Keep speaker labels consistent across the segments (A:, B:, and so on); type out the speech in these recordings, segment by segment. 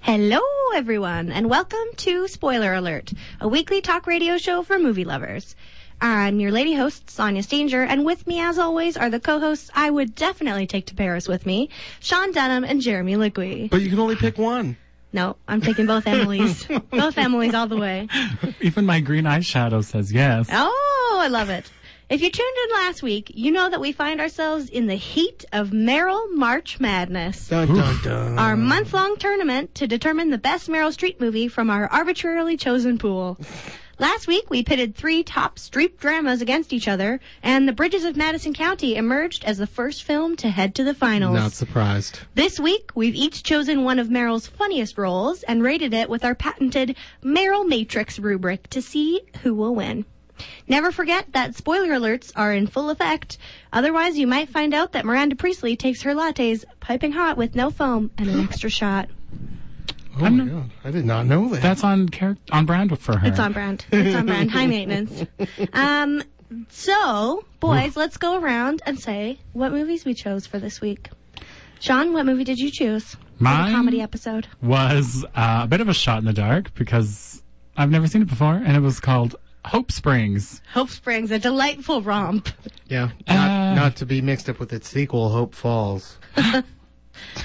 A: Hello, everyone, and welcome to Spoiler Alert, a weekly talk radio show for movie lovers. I'm your lady host, Sonia Stanger, and with me, as always, are the co-hosts I would definitely take to Paris with me, Sean Denham and Jeremy Liqui.
B: But you can only pick one.
A: No, I'm taking both Emily's. both Emily's all the way.
C: Even my green eyeshadow says yes.
A: Oh, I love it. If you tuned in last week, you know that we find ourselves in the heat of Merrill March Madness.
B: Dun, dun, dun.
A: our month long tournament to determine the best Meryl Streep movie from our arbitrarily chosen pool. Last week, we pitted three top Streep dramas against each other, and The Bridges of Madison County emerged as the first film to head to the finals.
B: Not surprised.
A: This week, we've each chosen one of Meryl's funniest roles and rated it with our patented Meryl Matrix rubric to see who will win. Never forget that spoiler alerts are in full effect. Otherwise, you might find out that Miranda Priestley takes her lattes piping hot with no foam and an extra shot.
B: Oh
C: I'm
B: my
C: not-
B: god, I did not know that.
C: That's on char- on brand for her.
A: It's on brand. It's on brand. High maintenance. Um, so, boys, let's go around and say what movies we chose for this week. Sean, what movie did you choose? for the
C: Mine?
A: comedy episode.
C: Was uh, a bit of a shot in the dark because I've never seen it before, and it was called Hope Springs.
A: Hope Springs, a delightful romp.
B: yeah, not,
C: Uh,
B: not to be mixed up with its sequel, Hope Falls.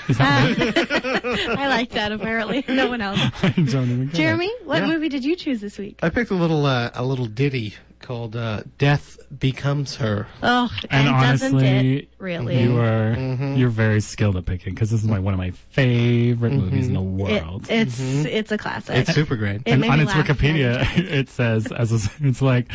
C: Is that
A: Ah. I like that. Apparently, no one else.
C: right? I don't even get it.
A: Jeremy, what
B: Yeah.
A: movie did you choose this week?
B: I picked a little uh, a little ditty called uh, "Death Becomes Her."
A: Oh,
C: And,
A: and, doesn't it
C: honestly,
A: really?
C: you are you're very skilled at picking because this is my, one of my favorite movies in the
A: It-
C: world.
A: it's it's a classic.
B: It's super great.
A: Uh, It
C: and
A: made
C: on
A: me
C: its
A: laugh
C: Wikipedia,
A: many
C: it says as a, it's like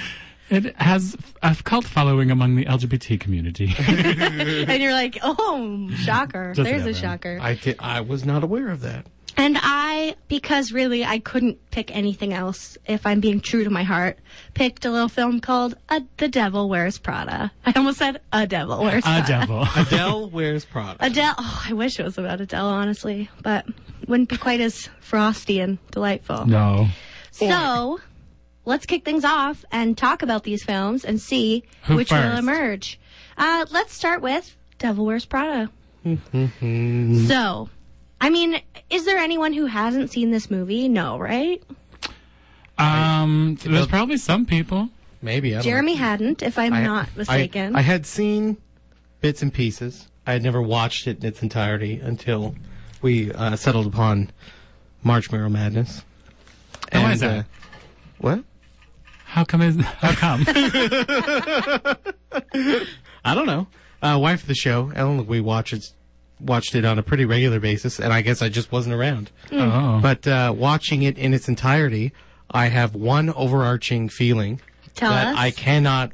C: it has a cult following among the LGBT community.
A: and you're like, oh, shocker!
C: Doesn't
A: There's a
C: happen.
A: shocker.
B: I did, I was not aware of that.
A: And I, because really I couldn't pick anything else, if I'm being true to my heart, picked a little film called a, The Devil Wears Prada. I almost said A Devil Wears
C: a
A: Prada.
C: devil.
B: Dell wears Prada.
A: Adele, oh, I wish it was about Adele, honestly, but wouldn't be quite as frosty and delightful.
C: no.
A: So, let's kick things off and talk about these films and see
C: Who
A: which will
C: first?
A: emerge. Uh, let's start with Devil Wears Prada.
C: Mm-hmm.
A: so, I mean, is there anyone who hasn't seen this movie? No, right?
C: Um, there's probably some people.
B: Maybe I don't
A: Jeremy hadn't, if I'm
B: know. I-
A: not
B: I-
A: mistaken.
B: I, had seen bits and pieces. I had never watched it in its entirety until we uh, settled upon March Mirror Madness.
C: Oh, is that?
B: uh, what?
C: How come is how come?
B: I don't know. Uh, wife of the show, Ellen, we watched it, watched it on a pretty regular basis, and I guess I just wasn't around.
C: oh.
B: But uh, watching it in its entirety, I have one overarching feeling
A: Tell
B: that
A: us.
B: I cannot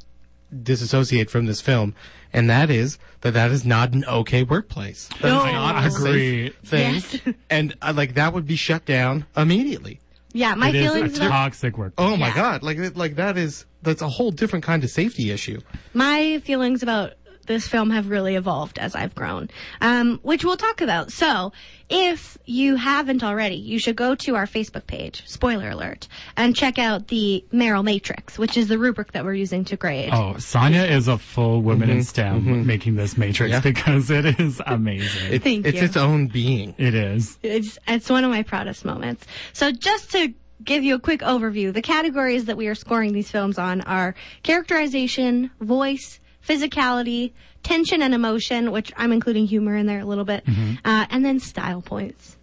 B: disassociate from this film, and that is that that is not an okay workplace. That is
A: No.
B: not a safe
C: Agreed.
B: thing,
A: Yes.
B: and uh, like that would be shut down immediately.
A: yeah, my
C: it is
A: feelings
C: a
A: about
C: toxic work.
B: Oh my
A: Yeah.
B: god! Like that- like that is that's a whole different kind of safety issue.
A: my feelings about this film have really evolved as I've grown, um, which we'll talk about. So, if you haven't already, you should go to our Facebook page, spoiler alert, and check out the Merrill Matrix, which is the rubric that we're using to grade.
C: Oh, Sonia is a full woman in STEM making this matrix
B: Yeah.
C: because it is amazing.
B: It-
A: Thank
B: it's
A: you.
B: its own being.
C: it is.
A: It's, it's one of my proudest moments. So just to give you a quick overview, the categories that we are scoring these films on are characterization, voice, physicality, tension and emotion, which I'm including humor in there a little bit,
B: Mm-hmm.
A: uh, and then style points.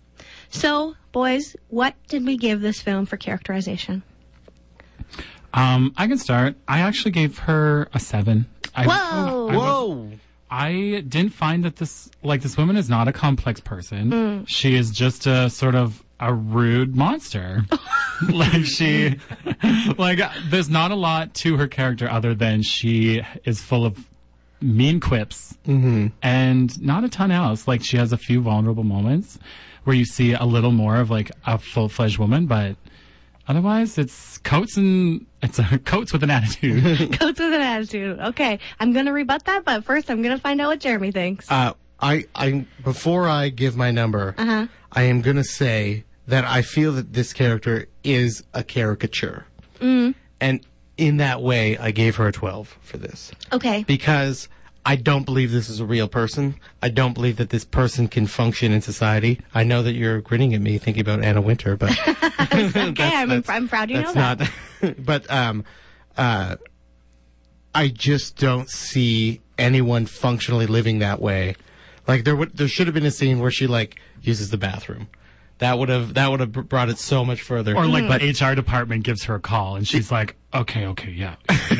A: So, boys, what did we give this film for characterization?
C: Um, I can start. I actually gave her a seven. I,
A: Whoa.
C: I was- I didn't find that this like this woman is not a complex person. She is just a sort of a rude monster. like she like there's not a lot to her character other than she is full of mean quips and not a ton else. Like she has a few vulnerable moments where you see a little more of like a full-fledged woman, but otherwise it's coats and it's a coats with an attitude.
A: Coats with an attitude. Okay, I'm going to rebut that, but first I'm going to find out what Jeremy thinks.
B: Uh, I, I, before I give my number, I am going to say that I feel that this character is a caricature. And in that way, I gave her a 12 for this
A: okay.
B: because I don't believe this is a real person. I don't believe that this person can function in society. I know that you're grinning at me thinking about Anna Winter, but
A: Okay, I'm, I'm proud you know
B: that's
A: that.
B: not. but um, uh, I just don't see anyone functionally living that way. Like there would, there should have been a scene where she like uses the bathroom. That would have that would have brought it so much further.
C: Or like the HR department gives her a call and she's like, "Okay, okay, yeah, You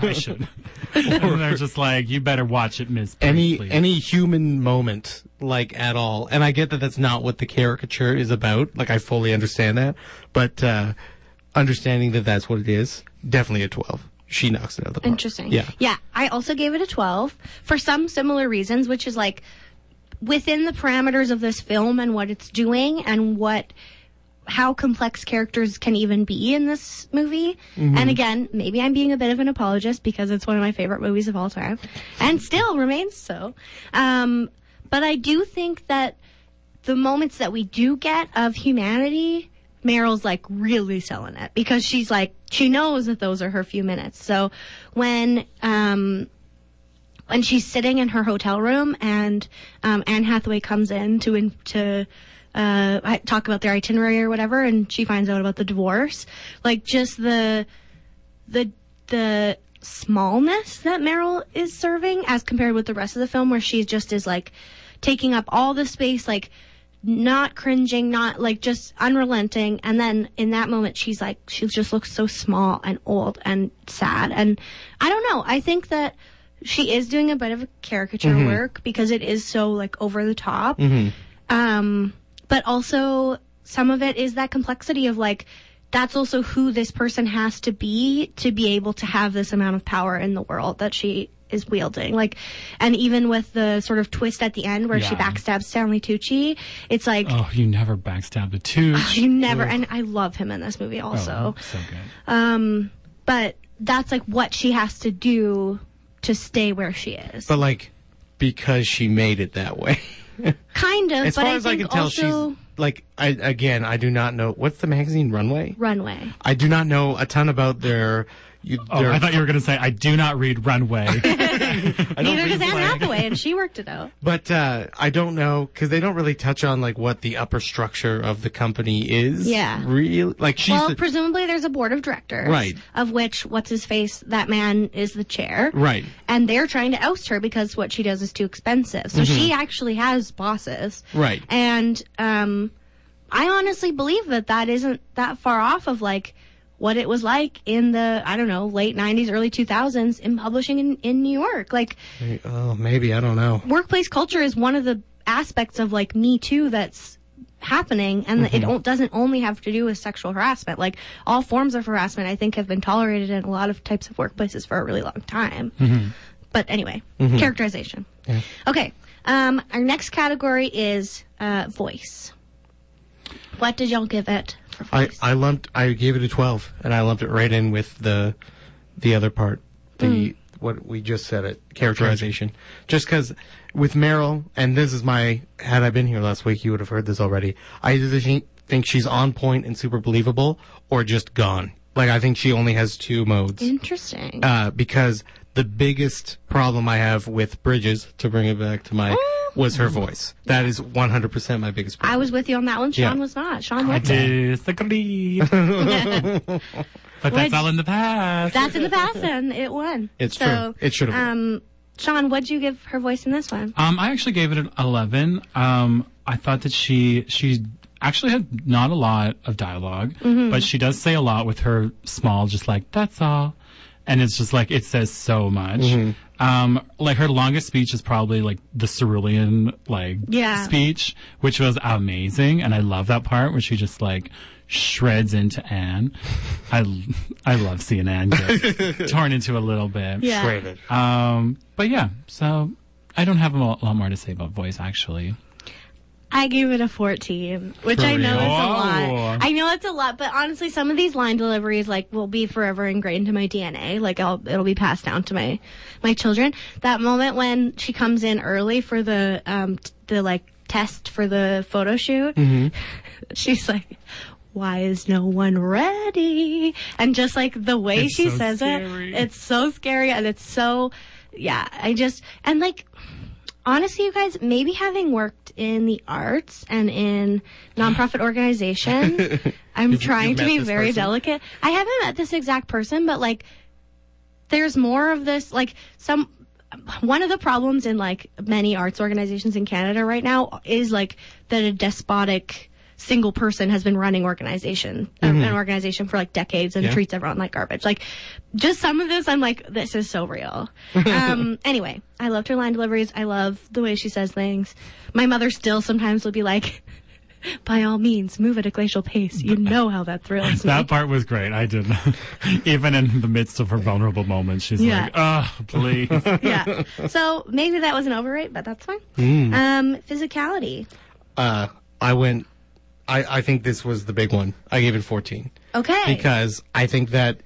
C: know, I should." and they're just like, "You better watch it, Miss." Priestley."
B: any any human moment like at all and i get that that's not what the caricature is about like i fully understand that but uh understanding that that's what it is definitely a 12 she knocks it out of the park
A: Interesting.
B: yeah
A: Yeah. I also gave it a 12 for some similar reasons, which is like within the parameters of this film and what it's doing and what how complex characters can even be in this movie. And again, maybe I'm being a bit of an apologist because it's one of my favorite movies of all time and still remains so. Um, but I do think that the moments that we do get of humanity, Meryl's like really selling it because she's like, she knows that those are her few minutes. So when, um, when she's sitting in her hotel room and um, Anne Hathaway comes in to in, to uh, hi- talk about their itinerary or whatever, and she finds out about the divorce. Like just the the the smallness that Meryl is serving as compared with the rest of the film, where she just is like taking up all the space, like not cringing, not like just unrelenting. And then in that moment, she's like, she just looks so small and old and sad. And I don't know. I think that she is doing a bit of caricature work because it is so like over the top. Um, but also some of it is that complexity of like, that's also who this person has to be to be able to have this amount of power in the world that she is wielding. Like, and even with the sort of twist at the end where she
C: Yeah.
A: backstabs Stanley Tucci, it's like,
C: Oh, you never backstabbed a tooth.
A: you never, and I love him in this movie also.
C: Oh, so good.
A: Um, but that's like what she has to do to stay where she is.
B: but like because she made it that way
A: kind of,
B: as
A: but
B: far
A: I
B: as i
A: think
B: can tell
A: also
B: she's like i again i do not know what's the magazine runway
A: runway.
B: i do not know a ton about their you,
C: Oh,
B: their,
C: I thought you were going to say, "I do not read Runway."
B: I don't
A: Neither
B: read
A: does Anne
B: Flag.
A: Hathaway, and she worked it out.
B: But uh, I don't know because they don't really touch on like what the upper structure of the company is.
A: Yeah.
B: really. Like she's
A: Well,
B: the-
A: presumably there's a board of directors,
B: Right.
A: Of which, what's his face? That man is the chair,
B: right.
A: And they're trying to oust her because what she does is too expensive. So she actually has bosses,
B: Mm-hmm. Right.
A: And um, I honestly believe that that isn't that far off of like what it was like in the I don't know late '90s, early 2000s in publishing in, in New York. Like
B: Oh, maybe I don't know.
A: workplace culture is one of the aspects of like Me Too that's happening, and
B: Mm-hmm.
A: it o- doesn't only have to do with sexual harassment. Like all forms of harassment, I think, have been tolerated in a lot of types of workplaces for a really long time.
B: Mm-hmm.
A: But anyway, characterization. Okay, um, our next category is uh, voice. What did y'all give it for
B: I
A: voice?
B: I lumped. I gave it a twelve, and I lumped it right in with the the other part. The what we just said it characterization. Just because with Meryl, and this is my had I been here last week, you would have heard this already. I either think- think she's on point and super believable, or just gone. Like I think she only has two modes.
A: Interesting.
B: uh, because the biggest problem I have with Bridges, to bring it back to my, was her voice. That is 100% my biggest
A: I
B: problem.
A: was with you on that one. Sean
B: yeah.
A: was not. Sean
C: I
A: liked it.
C: disagree, but
A: Would-
C: that's all in the past.
A: That's in the past, and it won.
B: It's
A: so,
B: true. It should have won.
A: Um, Sean, what'd you give her voice in this one?
C: Um, I actually gave it an eleven. Um, I thought that she she actually had not a lot of dialog
A: Mm-hmm.
C: but she does say a lot with her small, just like that's all, and it's just like it says so much.
A: Mm-hmm.
C: Um, like her longest speech is probably like the cerulean like
A: Yeah.
C: speech, which was amazing, and I love that part where she just like shreds into Anne. I I love seeing Anne get torn into a little bit.
A: Yeah.
B: Rated.
C: Um, but yeah, so I don't have a mo- lot more to say about voice actually.
A: I gave it a 14, which
B: For
A: I know is a
B: real?
C: Wow.
A: lot. I know it's a lot, but honestly, some of these line deliveries, like, will be forever ingrained into my DNA. Like, I'll, it'll be passed down to my, my children. That moment when she comes in early for the, um, t- the, like, test for the photo shoot,
C: Mm-hmm.
A: she's like, why is no one ready? And just like the way
C: It's
A: she
C: so
A: says
C: scary.
A: it, it's so scary and it's so yeah, I just and like honestly, you guys, maybe having worked in the arts and in nonprofit organizations, I'm
B: You've-
A: trying
B: you've
A: to
B: met
A: be
B: this
A: very
B: person?
A: delicate. I haven't met this exact person, but like, there's more of this. Like, some one of the problems in like many arts organizations in Canada right now is like that a despotic single person has been running organization um, an organization for like decades and
B: Mm-hmm. Yeah.
A: treats everyone like garbage like just some of this i'm like this is so real um anyway i loved her line deliveries i love the way she says things my mother still sometimes will be like by all means move at a glacial pace you know how that thrills me
C: That part was great. I did. Even in the midst of her vulnerable moment, she's
A: Yeah.
C: like, "Oh, please."
A: yeah so maybe that was an overrate but that's fine
B: Mm.
A: um physicality
B: Uh, I went. I, I think this was the big one. I gave it 14
A: okay
B: because I think that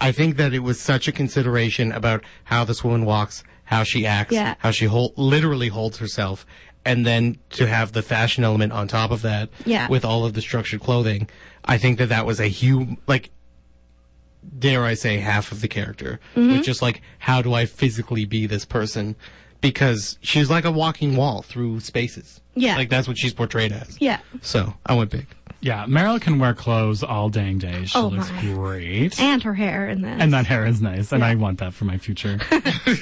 B: I think that it was such a consideration about how this woman walks, how she acts,
A: Yeah.
B: how she hold, literally holds herself, and then to have the fashion element on top of that
A: Yeah.
B: with all of the structured clothing. I think that that was a huge like dare I say, half of the character.
A: Mm-hmm.
B: Which is like, how do I physically be this person? Because she's like a walking wall through spaces.
A: Yeah.
B: Like that's what she's portrayed as.
A: yeah
B: So I went big.
C: yeah, Meryl can wear clothes all dang day. She
A: Oh,
C: looks
A: my.
C: great.
A: and her hair in this
C: and that hair is nice, and I want that for my future.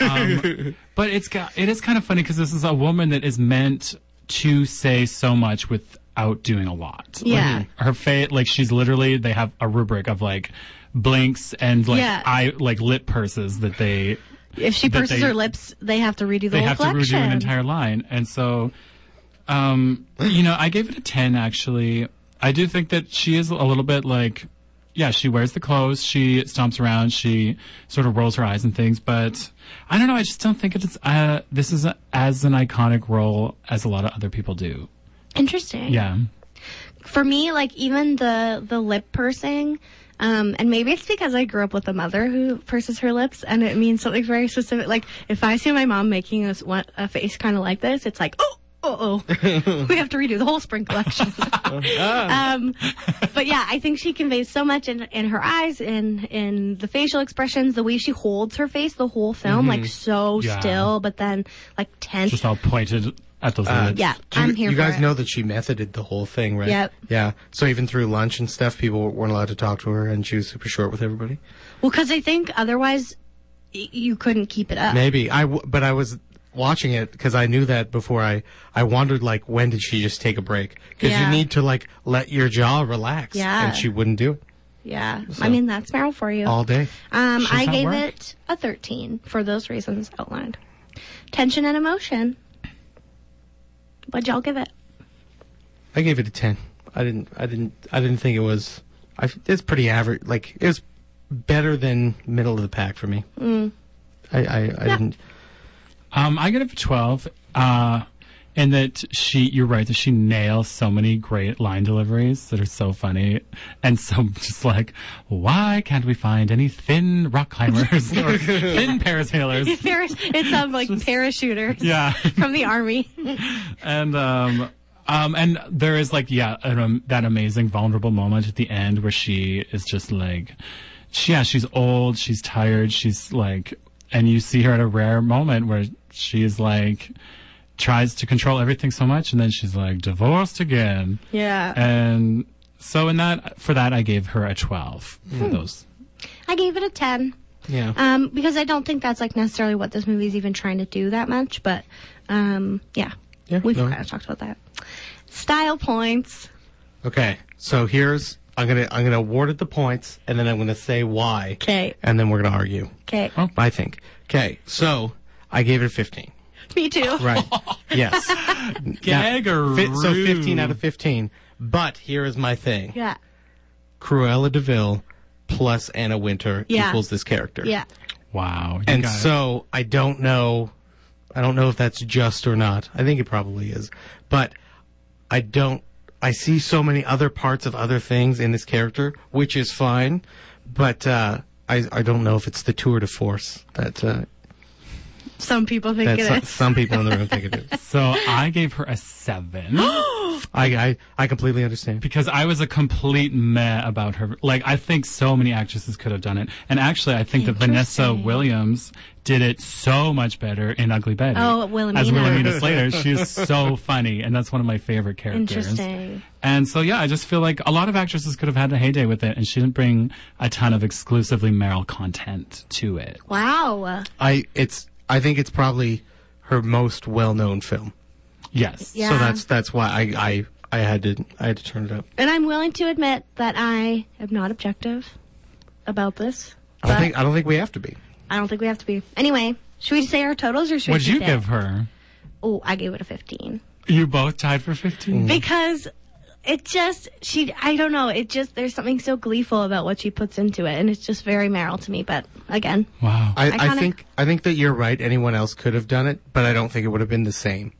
C: um, but it's got, it is kind of funny because this is a woman that is meant to say so much without doing a lot.
A: Yeah.
C: Like, her face, like she's literally they have a rubric of like blinks and like
A: Yeah.
C: eye like lip purses that they
A: if she
C: that
A: purses
C: they-
A: her lips they have to redo the
C: they
A: whole
C: have to
A: collection
C: redo an entire line. And so, um, you know, I gave it a 10 actually. I do think that she is a little bit like, yeah, she wears the clothes, she stomps around, she sort of rolls her eyes and things, but I don't know, I just don't think it's, uh, this is a, as an iconic role as a lot of other people do.
A: interesting
C: Yeah.
A: for me, like even the the lip pursing, um, and maybe it's because I grew up with a mother who purses her lips, and it means something very specific. Like if I see my mom making us one, a face kind of like this, it's like oh. Uh oh, we have to redo the whole spring collection.
B: Uh-huh.
A: um, but yeah, I think she conveys so much in in her eyes, in in the facial expressions, the way she holds her face the whole film,
B: Mm-hmm.
A: like so
C: Yeah.
A: still, but then like tense.
C: Just all pointed at those lips.
A: yeah,
B: Do you,
A: I'm here.
B: you
A: for
B: guys
A: it.
B: know that she methoded the whole thing, right?
A: Yep.
B: Yeah. So even through lunch and stuff, people weren't allowed to talk to her, and she was super short with everybody.
A: Well, because I think otherwise y- you couldn't keep it up.
B: Maybe I, w- but I was watching it because I knew that before I, I wondered like when did she just take a break? Because
A: Yeah.
B: you need to like let your jaw relax.
A: Yeah.
B: And she wouldn't do it
A: Yeah. I mean, that's Meryl for you.
B: all day.
A: um, I
C: not
A: gave
C: work.
A: it a 13 for those reasons outlined. Tension and emotion. What'd y'all give it?
B: I gave it a ten. I didn't. I didn't. I didn't think it was. I, it's pretty average. Like it was better than middle of the pack for me.
A: Mm.
B: I, I, I didn't.
C: Um, I get it for 12, uh, and that she, you're right, that she nails so many great line deliveries that are so funny. And so just like, why can't we find any thin rock climbers or thin parasailers?
A: Paris, it sounds like parachuters
C: Yeah.
A: from the army.
C: And, um, um, and there is like, yeah, an, um, that amazing vulnerable moment at the end where she is just like, she, yeah, she's old, she's tired, she's like, and you see her at a rare moment where she is like, tries to control everything so much and then she's like divorced again
A: Yeah.
C: and so in that for that i gave her a 12
B: Hmm.
C: for those
A: I gave it a 10.
B: Yeah.
A: Um, because I don't think that's like necessarily what this movie's even trying to do that much, but, um, yeah.
B: Yeah,
A: We've
B: no.
A: kind of talked about that. Style points.
B: Okay. So here's. I'm gonna. I'm gonna award it the points, and then I'm gonna say why.
A: 'Kay.
B: And then we're gonna argue.
A: Okay.
C: Oh.
B: I think. Okay. So I gave it a 15.
A: Me too.
B: Right. yes.
C: Gaggaroo.
B: Fi- so 15 out of 15. But here is my thing.
A: Yeah.
B: Cruella Deville plus Anna Winter
A: Yeah.
B: equals this character.
A: Yeah.
C: wow you
B: And
C: guys-
B: so I don't know. I don't know if that's just or not. I think it probably is, but I don't. I see so many other parts of other things in this character, which is fine, but uh, I I don't know if it's the tour de force that uh,
A: Some people think
B: That's
A: it
B: some,
A: is.
B: some people in the room think it is.
C: So I gave her a seven
B: I, I I completely understand.
C: because I was a complete meh about her. Like I think so many actresses could have done it, and actually I think that Vanessa
A: Interesting.
C: Williams did it so much better in Ugly Betty.
A: Oh, Wilhelmina.
C: As Wilhelmina Slater, she is so funny, and that's one of my favorite characters.
A: Interesting.
C: And so, yeah, I just feel like a lot of actresses could have had a heyday with it, and she didn't bring a ton of exclusively Meryl content to it.
A: Wow.
B: I it's I think it's probably her most well known film.
C: Yes.
A: Yeah.
B: So that's that's why I, I I had to I had to turn it up.
A: And I'm willing to admit that I am not objective about this.
B: I don't
A: But-
B: think I don't think we have to be.
A: I don't think we have to be. Anyway, should we say our totals or should
C: What'd
A: we
C: you
A: keep
C: give
A: it?
C: her?
A: Oh, I gave it a 15.
C: You both tied for 15?
A: Mm. Because it just, she, I don't know, it just, there's something so gleeful about what she puts into it, and it's just very Meryl to me, but again.
C: Wow.
B: I, I
A: Iconic.
B: think I think that you're right. Anyone else could have done it, but I don't think it would have been the same.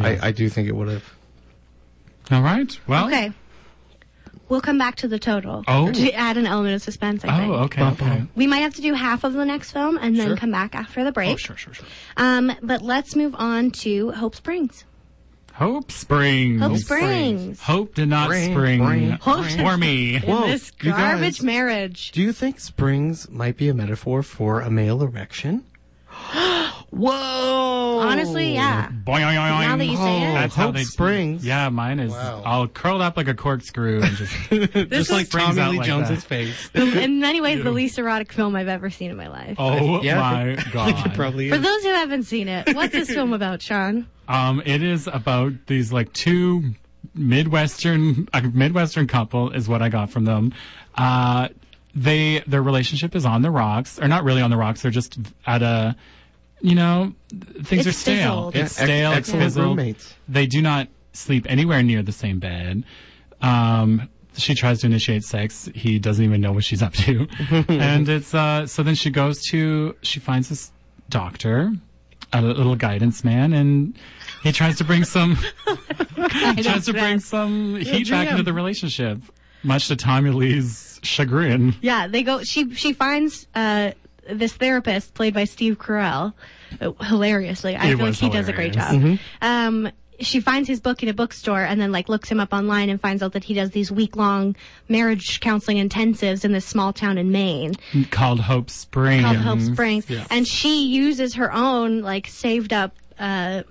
B: I, I do think it would have.
C: All right. Well.
A: Okay. We'll come back to the total.
C: Oh.
A: To add an element of suspense, I think.
C: Oh, okay. okay.
A: We might have to do half of the next film and then
B: Sure.
A: come back after the break.
C: Oh, sure, sure, sure.
A: Um, but let's move on to Hope Springs.
C: Hope Springs.
A: Hope,
B: Springs.
A: Springs.
C: Hope did not
B: Spring,
C: spring
B: spring,
A: spring.
C: for me.
A: In
B: Whoa,
A: this
B: you guys.
A: garbage marriage.
B: Do you think springs might be a metaphor for a male erection? Whoa!
A: Honestly, yeah.
C: Boing, oing, oing,
A: Now that
C: oing.
A: you say it.
C: That's how
B: Oh, Hope
C: they-
B: Springs.
C: Yeah, mine is
B: Wow.
C: all curled up like a corkscrew and just
B: Just like
C: springs
B: Tommy
C: out
B: Lee
C: like
B: Jones's
C: that.
B: face.
A: in many ways the least erotic film I've ever seen in my life.
C: Oh
B: Yeah, I
C: my
B: think- I
C: god.
B: think it probably
A: For
B: is.
A: those who haven't seen it, what's this film about, Sean?
C: Um, it is about these like two midwestern a midwestern couple is what I got from them. Uh, they their relationship is on the rocks, or not really on the rocks. They're just at a, you know, th- things
A: It's
C: are stale.
A: fizzled.
C: It's
B: Yeah, ex-
C: stale. it's
B: excellent
C: fizzled.
B: roommates.
C: They do not sleep anywhere near the same bed. Um, she tries to initiate sex. He doesn't even know what she's up to. and it's, uh, so then she goes to, she finds this doctor, a little guidance man, and he tries to bring some, he tries to bring some heat back into the relationship, much to Tommy Lee's chagrin.
A: Yeah, they go. She she finds uh, this therapist played by Steve Carell, uh, hilariously. I
C: It
A: feel like
C: was
A: he does a great job.
C: hilarious.
A: Um, she finds his book in a bookstore and then like looks him up online and finds out that he does these week long marriage counseling intensives in this small town in Maine.
C: Called Hope Springs.
A: called Hope Springs,
C: Yeah.
A: and she uses her own like saved up uh,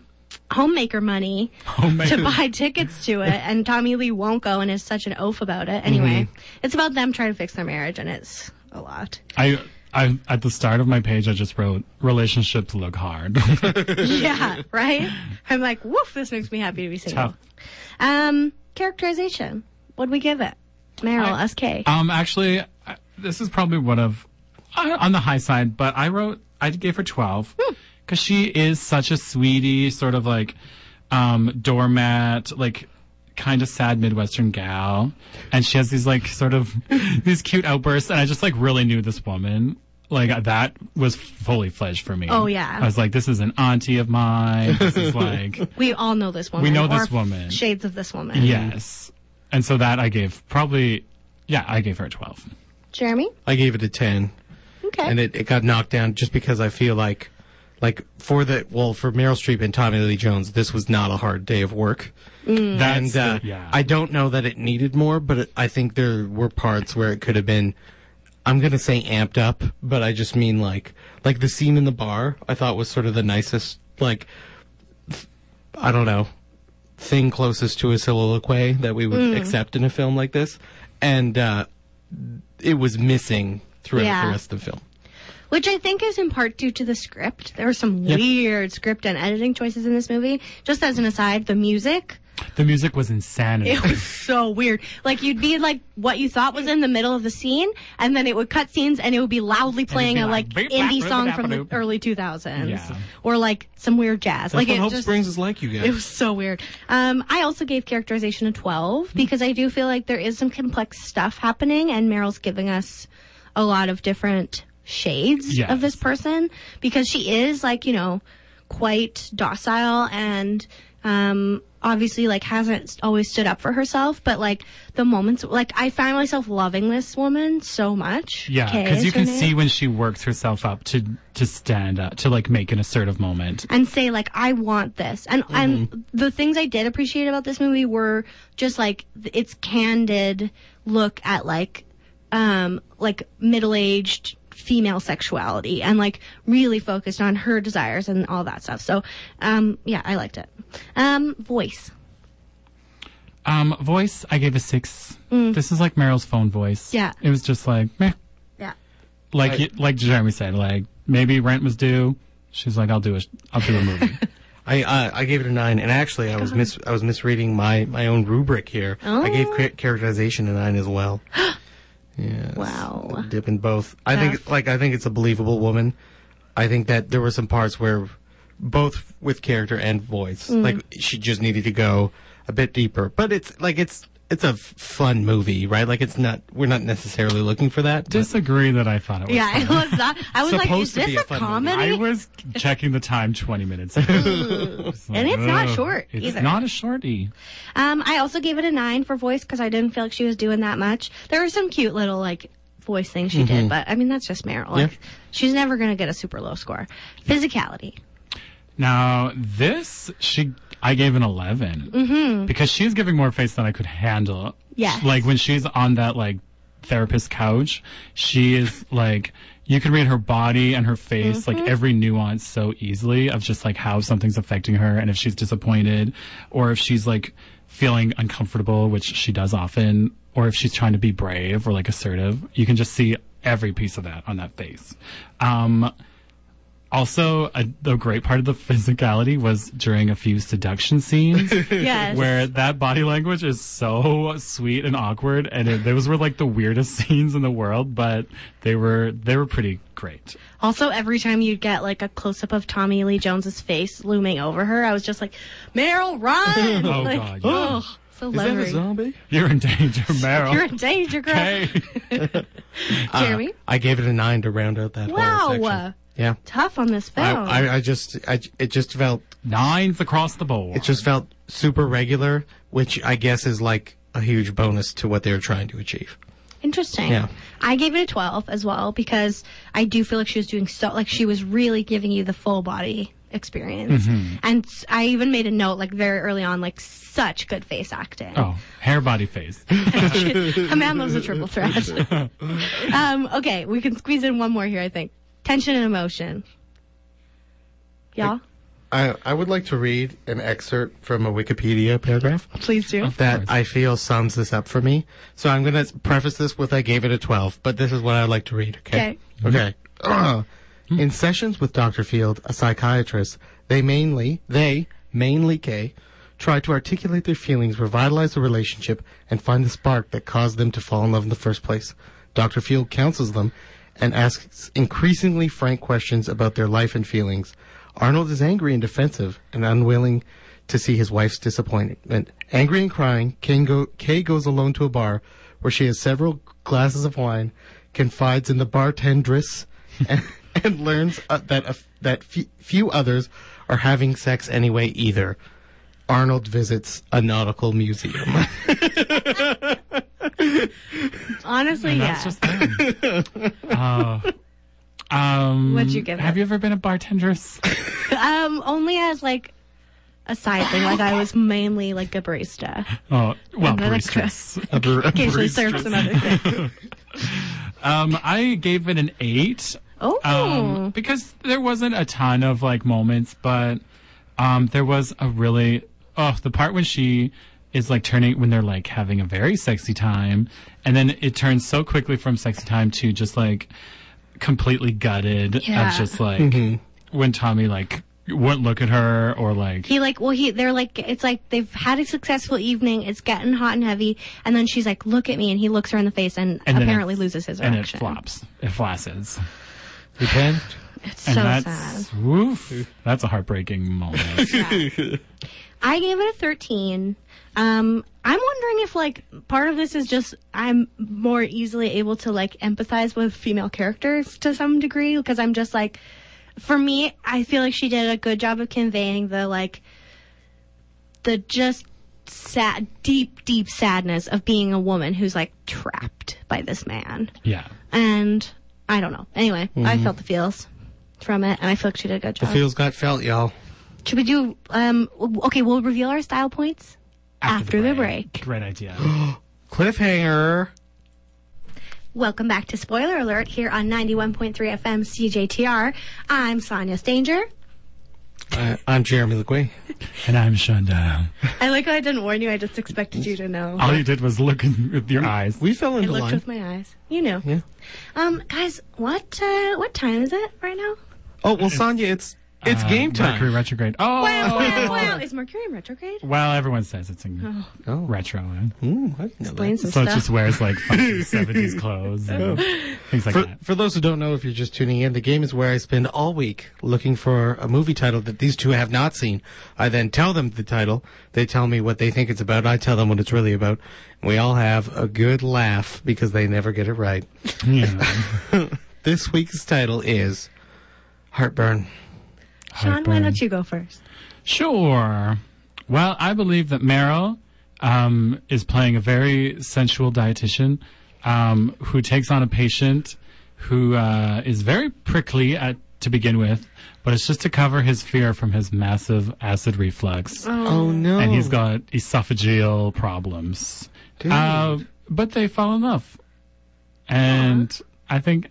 A: homemaker money
C: Homemaker.
A: to buy tickets to it. And Tommy Lee won't go and is such an oaf about it. Anyway,
C: Mm-hmm.
A: it's about them trying to fix their marriage, and it's a lot.
C: I, I, at the start of my page, I just wrote, relationships look hard.
A: yeah, right. I'm like, woof, this makes me happy to be single.
C: Tough.
A: Um, characterization. What'd we give it? Meryl, SK.
C: Um, actually, I- this is probably one of I- on the high side, but I wrote I gave her twelve
A: Hmm.
C: because she is such a sweetie, sort of like um, doormat, like kind of sad midwestern gal, and she has these like sort of these cute outbursts, and I just like really knew this woman. Like that was fully fledged for me.
A: Oh, yeah.
C: I was like, this is an auntie of mine. This is like
A: we all know this woman.
C: know
A: or
C: this woman.
A: Shades of this woman.
C: yes, and so that I gave probably yeah I gave her a twelve.
A: Jeremy.
B: I gave it a ten,
A: Okay.
B: and it, it got knocked down just because I feel like, like for the well for Meryl Streep and Tommy Lee Jones, this was not a hard day of work.
A: Mm,
C: That's
B: and uh,
C: the- yeah.
B: I don't know that it needed more, but it, I think there were parts where it could have been. I'm gonna say amped up, but I just mean like like the scene in the bar. I thought was sort of the nicest, like th- I don't know, thing closest to a soliloquy that we would
A: Mm.
B: accept in a film like this, and uh, it was missing throughout
A: Yeah.
B: the rest of the film.
A: Which I think is in part due to the script. There were some weird script and editing choices in this movie. Just as an aside, the music,
C: The music was insanity.
A: it was so weird. Like you'd be like what you thought was in the middle of the scene, and then it would cut scenes and it would be loudly playing a like
C: like, beep,
A: indie
C: bap,
A: song
C: boop,
A: from the
C: bap, boop.
A: early 2000s.
C: Yeah.
A: Or like some weird jazz.
B: That's
A: like
B: what
A: it
B: Hope
A: just-
B: Springs is like, you guys.
A: it was so weird. Um, I also gave characterization a 12 because I do feel like there is some complex stuff happening, and Meryl's giving us a lot of different shades
C: Yes.
A: of this person because she is like, you know, quite docile and um, obviously like hasn't always stood up for herself, but like the moments, like I find myself loving this woman so much.
C: Yeah,
A: Kay
C: because
A: is
C: you
A: her
C: can
A: name.
C: see when she works herself up to to stand up to like make an assertive moment.
A: and say like I want this. And
B: Mm-hmm.
A: and the things I did appreciate about this movie were just like th- its candid look at like um like middle-aged female sexuality and like really focused on her desires and all that stuff. So um yeah, I liked it. Um voice.
C: Um, voice, I gave a six. This is like Meryl's phone voice.
A: Mm. Yeah.
C: it was just like meh.
A: Yeah.
C: like
B: I-
C: you- like Jeremy said, like maybe rent was due. She's like, I'll do a I'll do a movie.
B: I uh, I gave it a nine, and actually I was mis I was misreading my my own rubric here. I gave
A: Oh.
B: cha- characterization a nine as well. yes.
A: Wow.
B: Dip in both. I think
A: Tough.
B: like I think it's a believable woman. I think that there were some parts where both with character and voice,
A: Mm-hmm.
B: like she just needed to go a bit deeper. But it's like it's it's a f- fun movie, right? Like it's not we're not necessarily looking for that. but-
C: Disagree that I thought it was.
A: Yeah,
C: fun.
A: I was not I was like
B: Supposed
A: is
B: to be
A: this
B: a
A: a
B: fun movie.
A: comedy?
C: I was checking the time 20 minutes. and it's
A: And it's not short
C: It's
A: either.
C: not a shorty.
A: Um, I also gave it a nine for voice because I didn't feel like she was doing that much. There were some cute little like voice things she did, but I mean that's just Meryl. Like,
B: Mm-hmm. Yeah.
A: She's never gonna get a super low score. Physicality.
C: Now this she I gave an 11 because she's giving more face than I could handle.
A: Yes.
C: like when she's on that like therapist couch, she is like you can read her body and her face like every nuance so easily of just like how something's affecting her and if she's disappointed or if she's like feeling uncomfortable, which she does often, or if she's trying to be brave or like assertive. You can just see every piece of that on that face. Um, also, a, the great part of the physicality was during a few seduction scenes
A: Yes.
C: where that body language is so sweet and awkward, and it, those were like the weirdest scenes in the world, but they were they were pretty great.
A: also every time you'd get like a close up of Tommy Lee Jones's face looming over her, I was just like, Meryl, run!
C: Oh,
A: like,
C: God, yeah.
A: Ugh, so
B: Is that a
A: lovely.
B: zombie?
C: You're in danger,
A: You're
C: Meryl.
A: in danger, girl.
C: Okay.
A: Jeremy.
B: Uh, I gave it a nine to round out that
A: Wow.
B: whole section. Yeah.
A: Tough on this
B: I,
A: film.
B: I, I just, I, it just felt,
C: Nines across the board.
B: it just felt super regular, which I guess is like a huge bonus to what they were trying to achieve.
A: Interesting.
B: Yeah.
A: I gave it a 12 as well because I do feel like she was doing so, like she was really giving you the full body experience.
C: Mm-hmm.
A: And s- I even made a note like very early on, like such good face acting.
C: oh, hair, body, face.
A: a man loves a triple threat. um, okay, we can squeeze in one more here, I think. Tension and emotion. Yeah,
B: I, I would like to read an excerpt from a Wikipedia paragraph
A: please do.
B: that I feel sums this up for me. So I'm going to preface this with I gave it a 12, but this is what I'd like to read, okay? Okay. In sessions with Dr. Field, a psychiatrist, they mainly, they, mainly Kay, try to articulate their feelings, revitalize the relationship, and find the spark that caused them to fall in love in the first place. Dr. Field counsels them and asks increasingly frank questions about their life and feelings. Arnold is angry and defensive and unwilling to see his wife's disappointment. Angry and crying, Kay, go- Kay goes alone to a bar where she has several glasses of wine, confides in the bartendress, and, and learns uh, that a, that fe- few others are having sex anyway either. Arnold visits a nautical museum.
A: Honestly, yeah.
C: That's just them. Oh. um,
A: What'd you give
C: Have
A: it?
C: you ever been a bartenderess?
A: um, only as like a side thing. Like I was mainly like a barista.
C: Oh, well,
A: Another
C: baristers.
B: A bar- a
A: Occasionally
B: barista.
A: served some other things.
C: Um, I gave it an eight.
A: Oh.
C: Um, because there wasn't a ton of like moments, but um, there was a really oh the part when she is like turning when they're like having a very sexy time, and then it turns so quickly from sexy time to just like completely gutted
A: Yeah.
C: of just like when Tommy like wouldn't look at her or like
A: He like well he they're like it's like they've had a successful evening it's getting hot and heavy and then she's like look at me and he looks her in the face and,
C: and then it-
A: apparently loses his
C: and
A: erection.
C: it flops it flashes
B: You can?
A: It's
C: and
A: so
C: that's
A: sad.
C: woof that's a heartbreaking moment
A: I gave it a 13. Um, I'm wondering if like part of this is just I'm more easily able to like empathize with female characters to some degree because I'm just like, for me, I feel like she did a good job of conveying the like the just sad, deep, deep sadness of being a woman who's like trapped by this man.
C: Yeah.
A: And I don't know. Anyway, I felt the feels from it, and I feel like she did a good job.
B: Feels got felt, y'all.
A: Should we do? Um, w- okay, we'll reveal our style points after, the, break.
C: Great idea.
B: Cliffhanger.
A: Welcome back to Spoiler Alert here on 91.3 FM CJTR. I'm Sonia Stanger.
B: I, I'm Jeremy LeQuay.
C: and I'm Shonda.
A: I like how I didn't warn you. I just expected you to know.
C: All you did was look in, with your eyes.
B: We fell
A: I
B: into
A: looked
B: line.
A: with my eyes. You knew.
B: Yeah.
A: Um, guys, what uh, what time is it right now?
B: Oh well, Sonya, it's it's
C: Uh,
B: game time.
C: Mercury retrograde. Oh.
A: Wow, wow, wow! Is Mercury in retrograde?
C: Well, everyone says it's in
B: Oh.
C: retro,
B: Ooh, Hmm, I didn't know
A: Explain some
C: so it
A: stuff.
C: just wears like fucking seventies clothes and things like
B: Oh. For,
C: that.
B: for those who don't know, if you're just tuning in, the game is where I spend all week looking for a movie title that these two have not seen. I then tell them the title. They tell me what they think it's about. I tell them what it's really about. And we all have a good laugh because they never get it right.
C: Yeah.
B: This week's title is Heartburn.
A: Sean, why
C: Heartburn.
A: don't you go first?
C: Sure. Well, I believe that Meryl um, is playing a very sensual dietitian um, who takes on a patient who uh, is very prickly at to begin with, but it's just to cover his fear from his massive acid reflux,
B: Oh no!
C: and he's got esophageal problems.
B: Dude.
C: Uh, but they fall in love, and I think.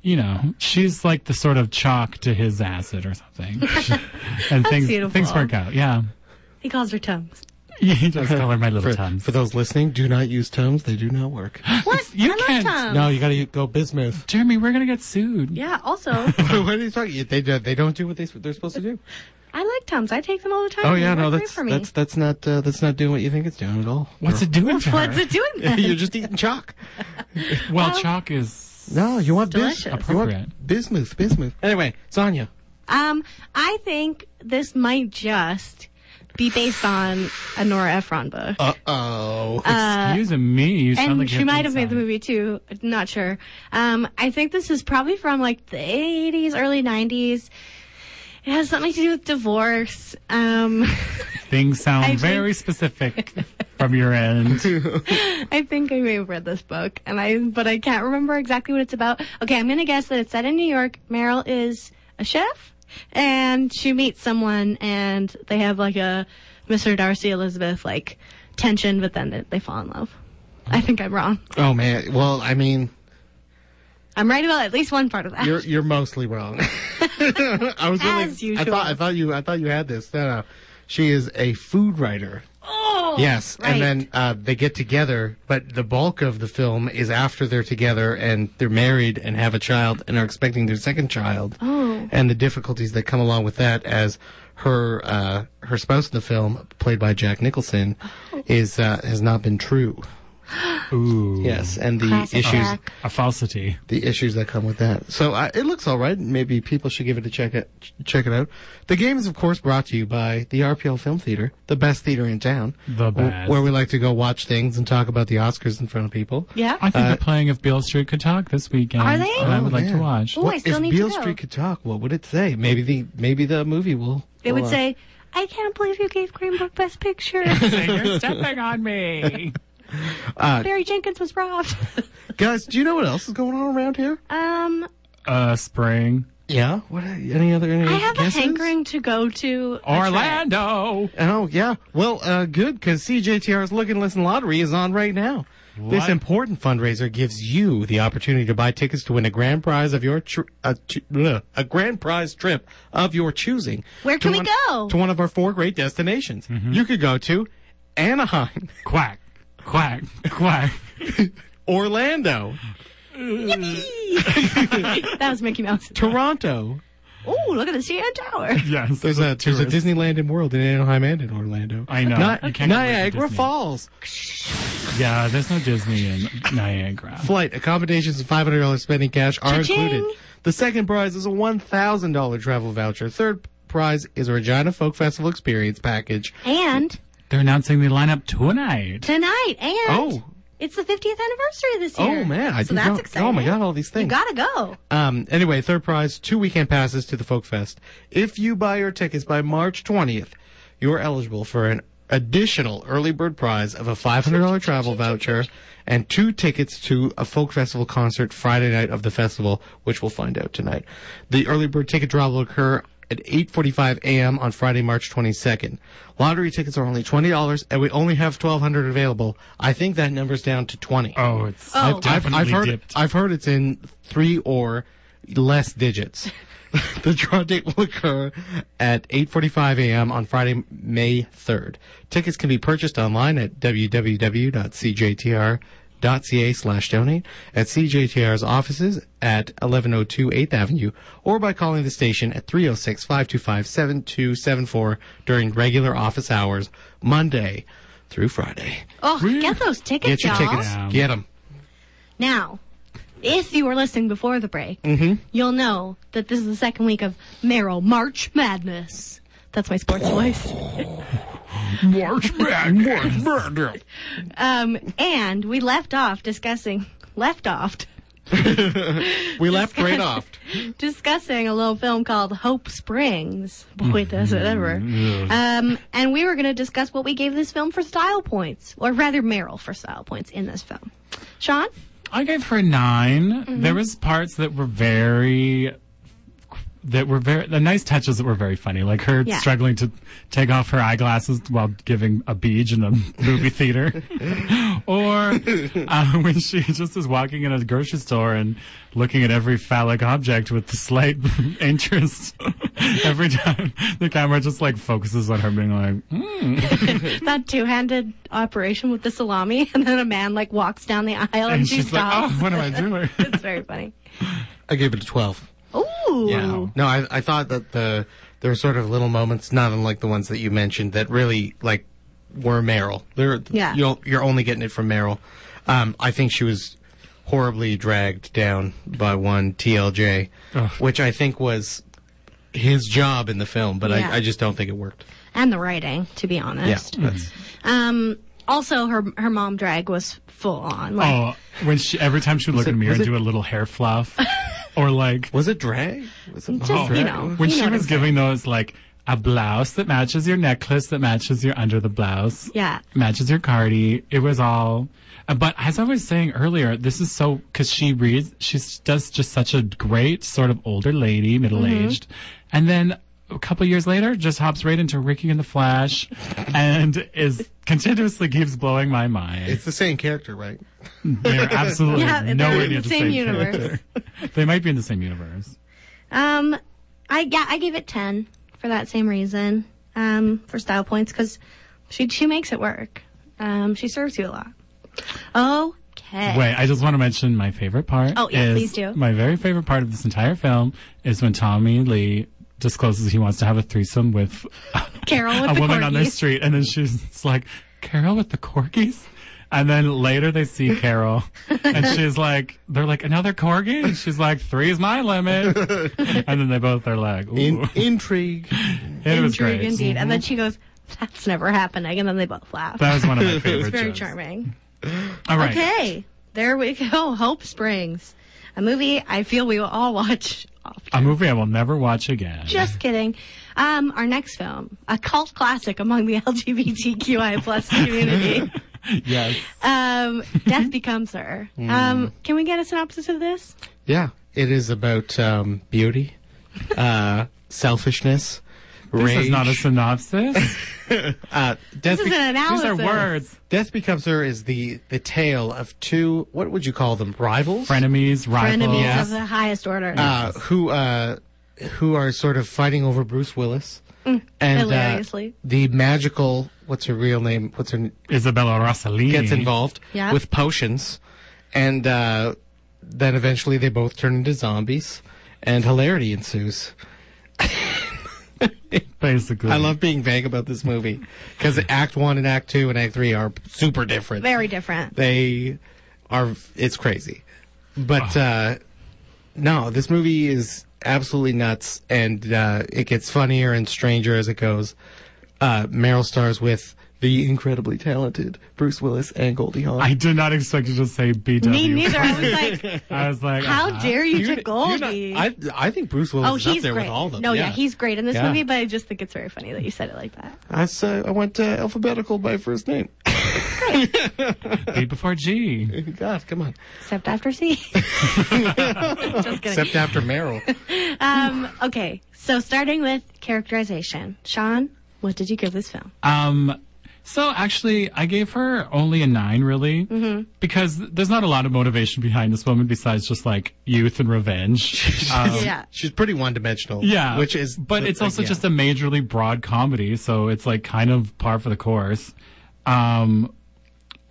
C: You know, she's like the sort of chalk to his acid or something, and things things
A: beautiful.
C: work out. Yeah,
A: He calls her Tums.
C: he does color my little
B: for,
C: tums.
B: for those listening, do not use Tums. They do not work.
A: What?
C: You
A: I love
C: can't-
A: Tums.
B: no, you gotta go bismuth.
C: Jeremy, we're gonna get sued.
A: Yeah. Also,
B: what are you talking? They do- they don't do what they they're supposed to do.
A: I like Tums. I take them all the time.
B: Oh yeah,
A: They
B: no,
A: work great
B: that's
A: for me.
B: that's that's not uh, that's not doing what you think it's doing at all.
C: What's it doing for
A: What's
C: her?
A: it doing then?
B: You're just eating chalk.
C: well, chalk is.
B: No, you want bis-
A: Delicious.
B: you want
C: Appropriate.
B: bismuth, bismuth. Anyway, Sonia.
A: Um, I think this might just be based on a Nora Ephron book.
B: Uh oh.
C: Excuse me, you sound
A: Uh, and
C: like
A: she
C: you're
A: might have made
C: inside.
A: the movie too. Not sure. Um, I think this is probably from like the 80s, early 90s. It has something to do with divorce. Um,
C: Things sound
A: I think-
C: very specific from your end.
A: I think I may have read this book, and I but I can't remember exactly what it's about. Okay, I'm gonna guess that it's set in New York. Meryl is a chef, and she meets someone, and they have like a Mr. Darcy Elizabeth like tension, but then they, they fall in love. I think I'm wrong.
B: oh man. Well, I mean,
A: I'm right about at least one part of that.
B: you're you're mostly wrong. I was really.
A: As usual.
B: I thought I thought you I thought you had this. No, no. She is a food writer.
A: oh,
B: Yes,
A: right.
B: and then uh, they get together, but the bulk of the film is after they're together and they're married and have a child and are expecting their second child,
A: Oh.
B: and the difficulties that come along with that. As her uh, her spouse in the film, played by Jack Nicholson,
A: Oh.
B: is uh, has not been true.
C: Ooh.
B: Yes, and the
A: Classic
B: issues
A: Jack.
C: A falsity.
B: the issues that come with that. So uh, it looks all right. Maybe people should give it a check it check it out. The game is of course brought to you by the RPL Film Theater, the best theater in town.
C: The
B: wh-
C: best.
B: Where we like to go watch things and talk about the Oscars in front of people.
A: yeah.
C: I think they're playing if Beale Street could talk this weekend.
A: Uh, Are they?
C: And I would
B: Oh,
C: like to
B: man.
C: watch.
A: Ooh, I still
B: if
A: need to
B: Beale
A: go.
B: Street could talk, what would it say? Maybe the maybe the movie will.
A: They would
B: will, uh,
A: say, "I can't believe you gave Green Book Best Picture.
C: You're stepping on me.
A: Barry Jenkins was robbed."
B: guys, do you know what else is going on around here?
A: um,
C: Uh, spring.
B: Yeah. What? Any other? Any
A: I have
B: guesses?
A: a hankering to go to a trip.
C: Orlando.
B: Oh yeah. Well, uh, good because CJTR's Look and Listen Lottery is on right now. This
C: What?
B: important fundraiser gives you the opportunity to buy tickets to win a grand prize of your tr- a, tr- bleh, a grand prize trip of your choosing.
A: Where
B: to
A: can we
B: one-
A: go?
B: To one of our four great destinations.
C: Mm-hmm.
B: You could go to Anaheim,
C: Quack. Quack. Quack.
B: Orlando,
A: that was Mickey Mouse.
B: Toronto.
A: Ooh, look at the CN Tower.
C: Yes.
B: There's a there's a
C: Tourist.
B: Disneyland and World in Anaheim and in Orlando.
C: I know.
B: Ni-
C: You can't go right to
B: Niagara
C: Disney.
B: Falls.
C: Yeah, there's no Disney in Niagara.
B: flight accommodations and $500 spending cash are
A: Cha-ching.
B: included. The second prize is a $1,000 travel voucher. Third prize is a Regina Folk Festival experience package.
A: And
C: They're announcing the lineup tonight.
A: tonight, and
B: Oh.
A: it's the 50th anniversary this year.
B: Oh man, I
A: so
B: did
A: that's
B: not-
A: exciting.
B: Oh my god, all these
A: you
B: things.
A: gotta go.
B: um anyway, third prize, two weekend passes to the Folk Fest. If you buy your tickets by March 20th, you're eligible for an additional early bird prize of a $500 travel voucher and two tickets to a folk festival concert Friday night of the festival, which we'll find out tonight. The early bird ticket draw will occur at 8:45 a.m. on Friday, March 22nd. Lottery tickets are only $20 and we only have 1200 available. I think that number's down to 20.
C: Oh, it's
A: Oh.
C: I've
A: I've-
B: I've,
C: definitely
B: I've heard
C: dipped.
B: I've heard it's in 3 or less digits. the draw date will occur at 8:45 a.m. on Friday, May 3rd. Tickets can be purchased online at www.cjtr.ca slash donate at CJTR's offices at 1102 8th Avenue or by calling the station at 306-525-7274 during regular office hours Monday through Friday.
A: Oh,
C: Really?
A: get those tickets,
B: Get your
A: y'all.
B: tickets.
C: Yeah.
B: Get them.
A: Now, if you were listening before the break,
B: Mm-hmm.
A: you'll know that this is the second week of Merrill March Madness. That's my sports voice.
C: March Madness.
A: Um, and we left off discussing, left off
B: We left right off.
A: discussing a little film called Hope Springs. Boy,
C: Mm-hmm.
A: does it ever. Um, and we were going to discuss what we gave this film for style points, or rather Merrill for style points in this film. Sean?
C: I gave her 9
A: Mm-hmm.
C: There was parts that were very that were very the nice touches that were very funny, like her
A: Yeah.
C: struggling to take off her eyeglasses while giving a beach in a movie theater, or uh, when she just is walking in a grocery store and looking at every phallic object with slight interest. every time the camera just like focuses on her being like, "Mm."
A: that two-handed operation with the salami, and then a man like walks down the aisle and,
C: and
A: she
C: she's like,
A: stops.
C: oh, what am I doing?
A: it's very funny.
B: I gave it a 12.
A: Ooh,
C: Wow.
B: No, I, I thought that the there were sort of little moments, not unlike the ones that you mentioned, that really like were Meryl. They're,
A: Yeah.
B: you're, you're only getting it from Meryl. Um, I think she was horribly dragged down by one TLJ,
C: Ugh.
B: which I think was his job in the film, but
A: Yeah.
B: I, I just don't think it worked.
A: and the writing, to be honest.
B: Yeah, that's-
A: Um, also, her her mom drag was full on. Like,
C: Oh, when she every time she would look
B: it-
C: in the mirror
B: was
C: and
B: it-
C: do a little hair fluff, or like oh,
B: Was it drag? Was it
A: Just,
B: not
A: you
B: drag?
A: know.
C: when she
A: what
C: was
A: I'm saying.
C: giving those like a blouse that matches your necklace that matches your under the blouse,
A: Yeah.
C: matches your cardi. It was all. uh, But as I was saying earlier, this is so because she reads, she does just such a great sort of older lady, middle aged,
A: Mm-hmm.
C: and then. A couple years later, just hops right into Ricky and the Flash, and is continuously keeps blowing my mind.
B: It's the same character, right?
C: They're absolutely
A: Yeah, they're
C: nowhere
A: in
C: near
A: the
C: the
A: same
C: same,
A: universe.
C: character. they might be in the same universe.
A: Um, I yeah, I gave it ten for that same reason. Um, for style points because she she makes it work. Um, she serves you a lot. Okay.
C: Wait, I just want to mention my favorite part.
A: Oh, yeah,
C: is-
A: please do.
C: My very favorite part of this entire film is when Tommy Lee discloses he wants to have a threesome with
A: Carol with
C: a
A: the
C: woman on the
A: corgis.
C: street, and then she's it's like, "Carol with the corgis." And then later they see Carol, and she's like, "They're like another corgi." And she's like, three is my limit." and then they both are like, Ooh.
B: In, intrigue.
C: "It was
A: Intrigue
C: great." Mm-hmm.
A: indeed. And then she goes, "That's never happening," and then they both laugh.
C: That was one of my favorite.
A: It's very
C: jokes.
A: charming.
C: All right.
A: Okay, there we go. Hope Springs, a movie I feel we will all watch. Often.
C: A movie I will never watch again.
A: Just kidding. Um, our next film, a cult classic among the LGBTQI plus community,
C: yes.
A: um, Death Becomes Her. Um, can we get a synopsis of this?
B: Yeah, it is about um, beauty, uh, selfishness,
C: This
B: rage.
C: is not a synopsis.
B: uh, death,
A: This is
B: Be-
A: an
C: These
A: analysis.
C: are words.
B: death becomes her is the the tale of two. What would you call them? Rivals,
C: Frenemies, rivals.
A: Enemies
B: Yeah.
A: of the highest order.
B: uh, who uh, who are sort of fighting over Bruce Willis and uh,
A: Mm, hilariously.
B: the magical. What's her real name? What's her n-
C: Isabella Rossellini.
B: gets involved
A: Yeah.
B: with potions, and uh, then eventually they both turn into zombies, and hilarity ensues.
C: Basically.
B: I love being vague about this movie because Act One and Act Two and Act Three are super different.
A: Very different.
B: They are. It's crazy, but uh, no, this movie is absolutely nuts, and uh, it gets funnier and stranger as it goes. Uh, Meryl stars with the incredibly talented Bruce Willis and Goldie Hawn.
C: I did not expect you to say BW.
A: Me neither. I was like,
C: I was like,
A: how
C: uh-huh.
A: dare you to
B: You're- you're not-
A: Goldie?
B: I, I think Bruce Willis
A: oh,
B: is up
A: he's
B: there
A: great.
B: with all of them.
A: No, yeah. he's great in this
B: Yeah.
A: movie, but I just think it's very funny that you said it like that.
B: I, say, I went uh, alphabetical by first name.
C: B before G.
B: God, come on.
A: Except after C. just kidding.
B: Except after Meryl.
A: Um, okay, so starting with characterization, Sean, what did you give this film?
C: Um, so actually, I gave her only a nine, really, mm-hmm. because there's not a lot of motivation behind this woman besides just like youth and revenge. Um,
A: yeah,
B: She's pretty one dimensional.
C: Yeah.
B: Which is.
C: But
B: the-
C: it's also
B: yeah.
C: just a majorly broad comedy, so it's like kind of par for the course. Um,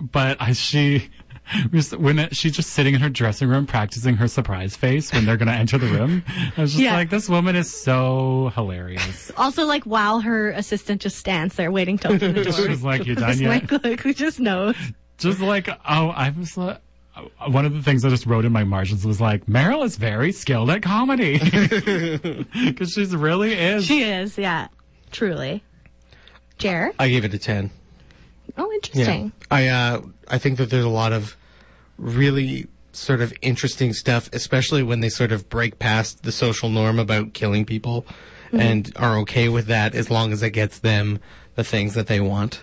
C: but I, she, when it, she's just sitting in her dressing room practicing her surprise face when they're going to enter the room, I was just
A: Yeah.
C: like, this woman is so hilarious.
A: Also, like while her assistant just stands there waiting to open the door.
C: She's like, you done
A: Just
C: yet?
A: like, look, who just knows?
C: just like, oh, I was like, one of the things I just wrote in my margins was like, Meryl is very skilled at comedy. Because she's really is.
A: She is, yeah, truly. Jer?
B: I gave it a 10.
A: Oh, interesting.
B: I uh, I think that there's a lot of really sort of interesting stuff, especially when they sort of break past the social norm about killing people
A: Mm-hmm.
B: and are okay with that as long as it gets them the things that they want.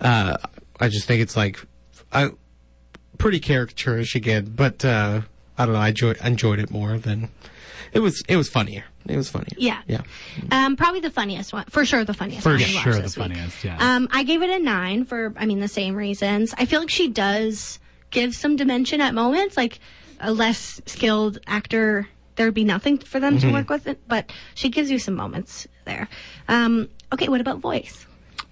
B: Uh, I just think it's like I pretty caricaturish again, but uh, I don't know. I enjoyed, I enjoyed it more than it was. It was funnier. It was funnier.
A: Yeah.
B: Yeah.
A: Um, probably the funniest one, for sure. The funniest.
C: For
A: one we watched
C: sure the
A: this week.
C: funniest, yeah.
A: Um, I gave it a nine for, I mean, the same reasons. I feel like she does give some dimension at moments, like a less skilled actor. There'd be nothing for them to work with, but she gives you some moments there. Um, okay, what about voice?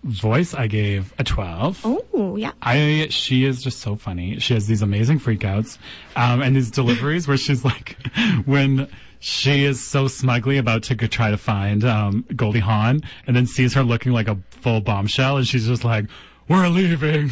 C: Voice, I gave a 12.
A: Oh, yeah.
C: I she is just so funny. She has these amazing freakouts um, and these deliveries where she's like, when she is so smugly about to go try to find um, Goldie Hawn, and then sees her looking like a full bombshell, and she's just like. We're leaving.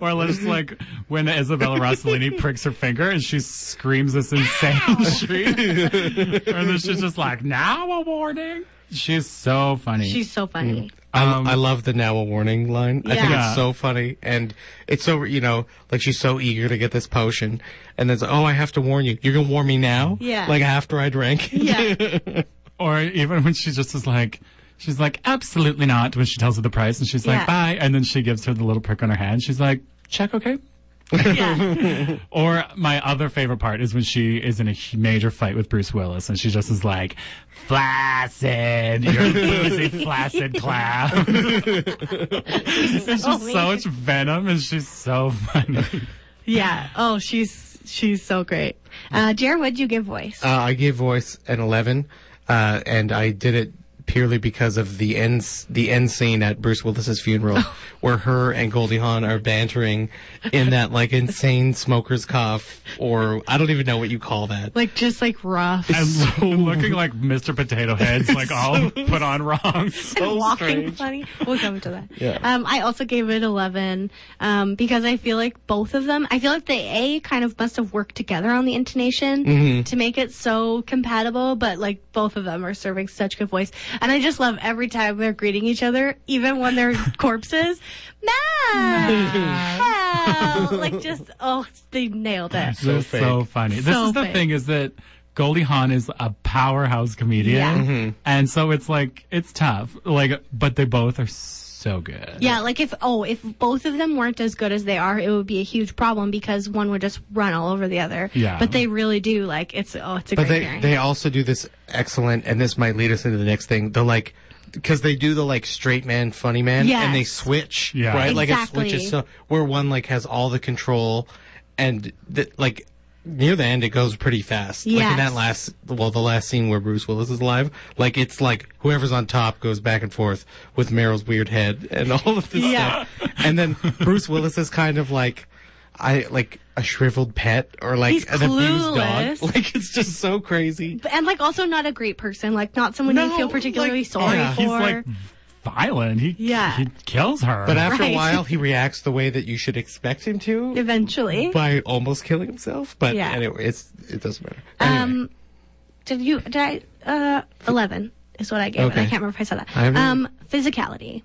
C: or just like when Isabella Rossellini pricks her finger and she screams this insane shriek. and then she's just like, now a warning. She's so funny.
A: She's so funny.
B: I,
A: Um,
B: I love the now a warning line. I think
C: Yeah.
B: it's so funny. And it's so, you know, like she's so eager to get this potion. And then it's, oh, I have to warn you. You're going to warn me now?
A: Yeah.
B: Like after I drank?
A: Yeah.
C: or even when she just is like, she's like, absolutely not. When she tells her the price, and she's
A: Yeah.
C: like, bye, and then she gives her the little prick on her hand. She's like, check, okay.
A: yeah.
C: Or my other favorite part is when she is in a hu- major fight with Bruce Willis, and she just is like, flaccid, you're a flaccid clown. it's just so
A: mean.
C: much venom, and she's so funny.
A: Yeah. Oh, she's she's so great. Uh, Jer, what'd you give voice?
B: Uh, I gave voice an 11. Uh, and I did it purely because of the end, the end scene at Bruce Willis's funeral
A: Oh.
B: where her and Goldie Hawn are bantering in that like insane smoker's cough or I don't even know what you call that.
A: like just like rough.
C: And looking like Mr. Potato Head's, like all put on wrong.
B: So
A: walking
B: strange.
A: funny. We'll come to that.
B: Yeah.
A: Um, I also gave it 11 um, because I feel like both of them, I feel like the A kind of must have worked together on the intonation to make it so compatible, but like both of them are serving such good voice. And I just love every time they're greeting each other, even when they're corpses. Matt! Hell! like just, oh, they nailed it.
C: so,
B: fake.
C: so funny. this
A: So
C: is the
A: fake.
C: thing is that Goldie Hawn is a powerhouse comedian,
A: Yeah.
B: Mm-hmm.
C: and so it's like it's tough. Like, but they both are so good.
A: Yeah, like if oh, if both of them weren't as good as they are, it would be a huge problem because one would just run all over the other.
C: Yeah.
A: But they really do like it's oh, it's a
B: But
A: great
B: they
A: pairing.
B: they also do this excellent, and this might lead us into the next thing. The like, because they do the like straight man, funny man,
A: Yes.
B: and they switch,
C: Yeah.
B: right?
A: Exactly.
B: Like it switches so where one like has all the control, and th- like near the end it goes pretty fast. Like in
A: Yes.
B: that last, well, the last scene where Bruce Willis is alive, like it's like whoever's on top goes back and forth with Meryl's weird head and all of this
A: Yeah.
B: stuff, and then Bruce Willis is kind of like. I like a shriveled pet or like
A: He's
B: an abused
A: clueless.
B: dog. Like it's just so crazy.
A: and like also not a great person, like not someone you
B: No,
A: feel particularly
B: like-
A: sorry
B: Yeah.
A: for.
C: he's like violent. He
A: Yeah.
C: he kills her.
B: But after
A: Right.
B: a while, he reacts the way that you should expect him to
A: eventually.
B: by almost killing himself. But
A: Yeah.
B: anyway, it's it doesn't matter. Anyway,
A: Um, did you did I uh eleven is what I gave it. I
B: Okay.
A: can't remember if I said that.
B: I haven't-
A: um, physicality.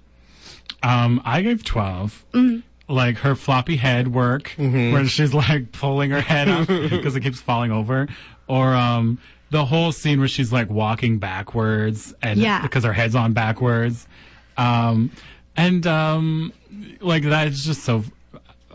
C: Um, I gave 12.
A: Mm-hmm.
C: Like her floppy head work, where she's like pulling her head up because it keeps falling over, or um, the whole scene where she's like walking backwards and
A: Yeah.
C: because her head's on backwards, um, and um, like that's just so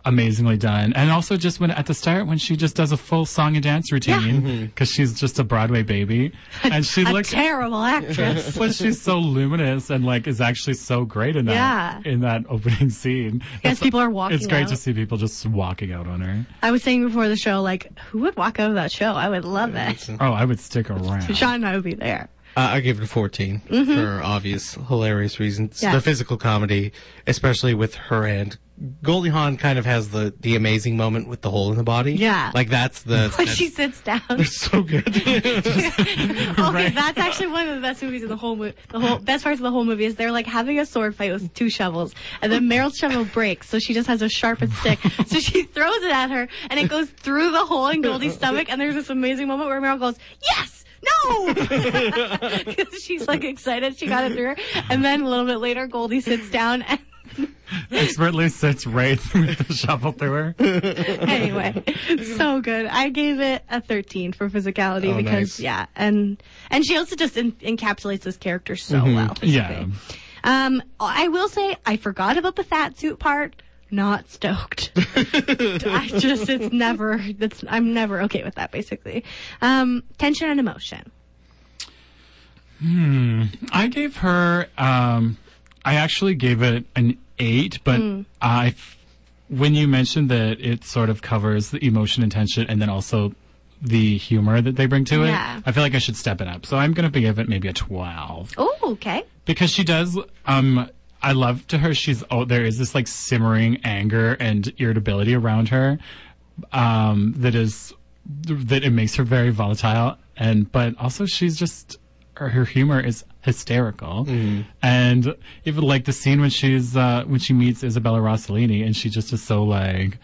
C: amazingly done. And also just when at the start when she just does a full song and dance routine because she's just a Broadway baby, and she
A: a
C: looks
A: terrible actress.
C: but she's so luminous and like is actually so great in that
A: Yeah.
C: in that opening scene.
A: Yes, people are walking.
C: It's great
A: out.
C: to see people just walking out on her.
A: I was saying before the show, like, who would walk out of that show? I would love it.
C: Oh, I would stick around.
A: Sean and I would be there.
B: Uh, I give it a 14 for obvious, hilarious reasons.
A: Mm-hmm. Yeah.
B: The physical comedy, especially with her and Goldie Hawn, kind of has the the amazing moment with the hole in the body.
A: Yeah.
B: like that's the.
A: Like
B: that's
A: she sits down.
B: so good.
A: Okay, that's actually one of the best movies in the whole movie. The whole best parts of the whole movie is they're like having a sword fight with two shovels, and then Meryl's shovel breaks, so she just has a sharpened stick. So she throws it at her, and it goes through the hole in Goldie's stomach. And there's this amazing moment where Meryl goes, "Yes, no," because she's like excited she got it through. Her. And then a little bit later, Goldie sits down. And
C: Expertly sits right with the shovel through her.
A: anyway, so good. I gave it a 13 for physicality
B: Oh,
A: because
B: nice.
A: yeah, and and she also just en- encapsulates this character so well. It's
C: Yeah.
A: great. Um, I will say I forgot about the fat suit part. Not stoked. I just it's never that's I'm never okay with that basically. Um, tension and emotion.
C: I gave her. Um, I actually gave it an eight, but
A: Hmm.
C: I f- when you mentioned that it sort of covers the emotion and tension, and then also the humor that they bring to it,
A: Yeah.
C: I feel like I should step it up. So I'm going to give it maybe a twelve.
A: Oh, okay.
C: because she does um i love to her she's oh there is this like simmering anger and irritability around her um that is that it makes her very volatile and but also she's just her, her humor is hysterical and even like the scene when she's uh when she meets isabella rossellini and she just is so like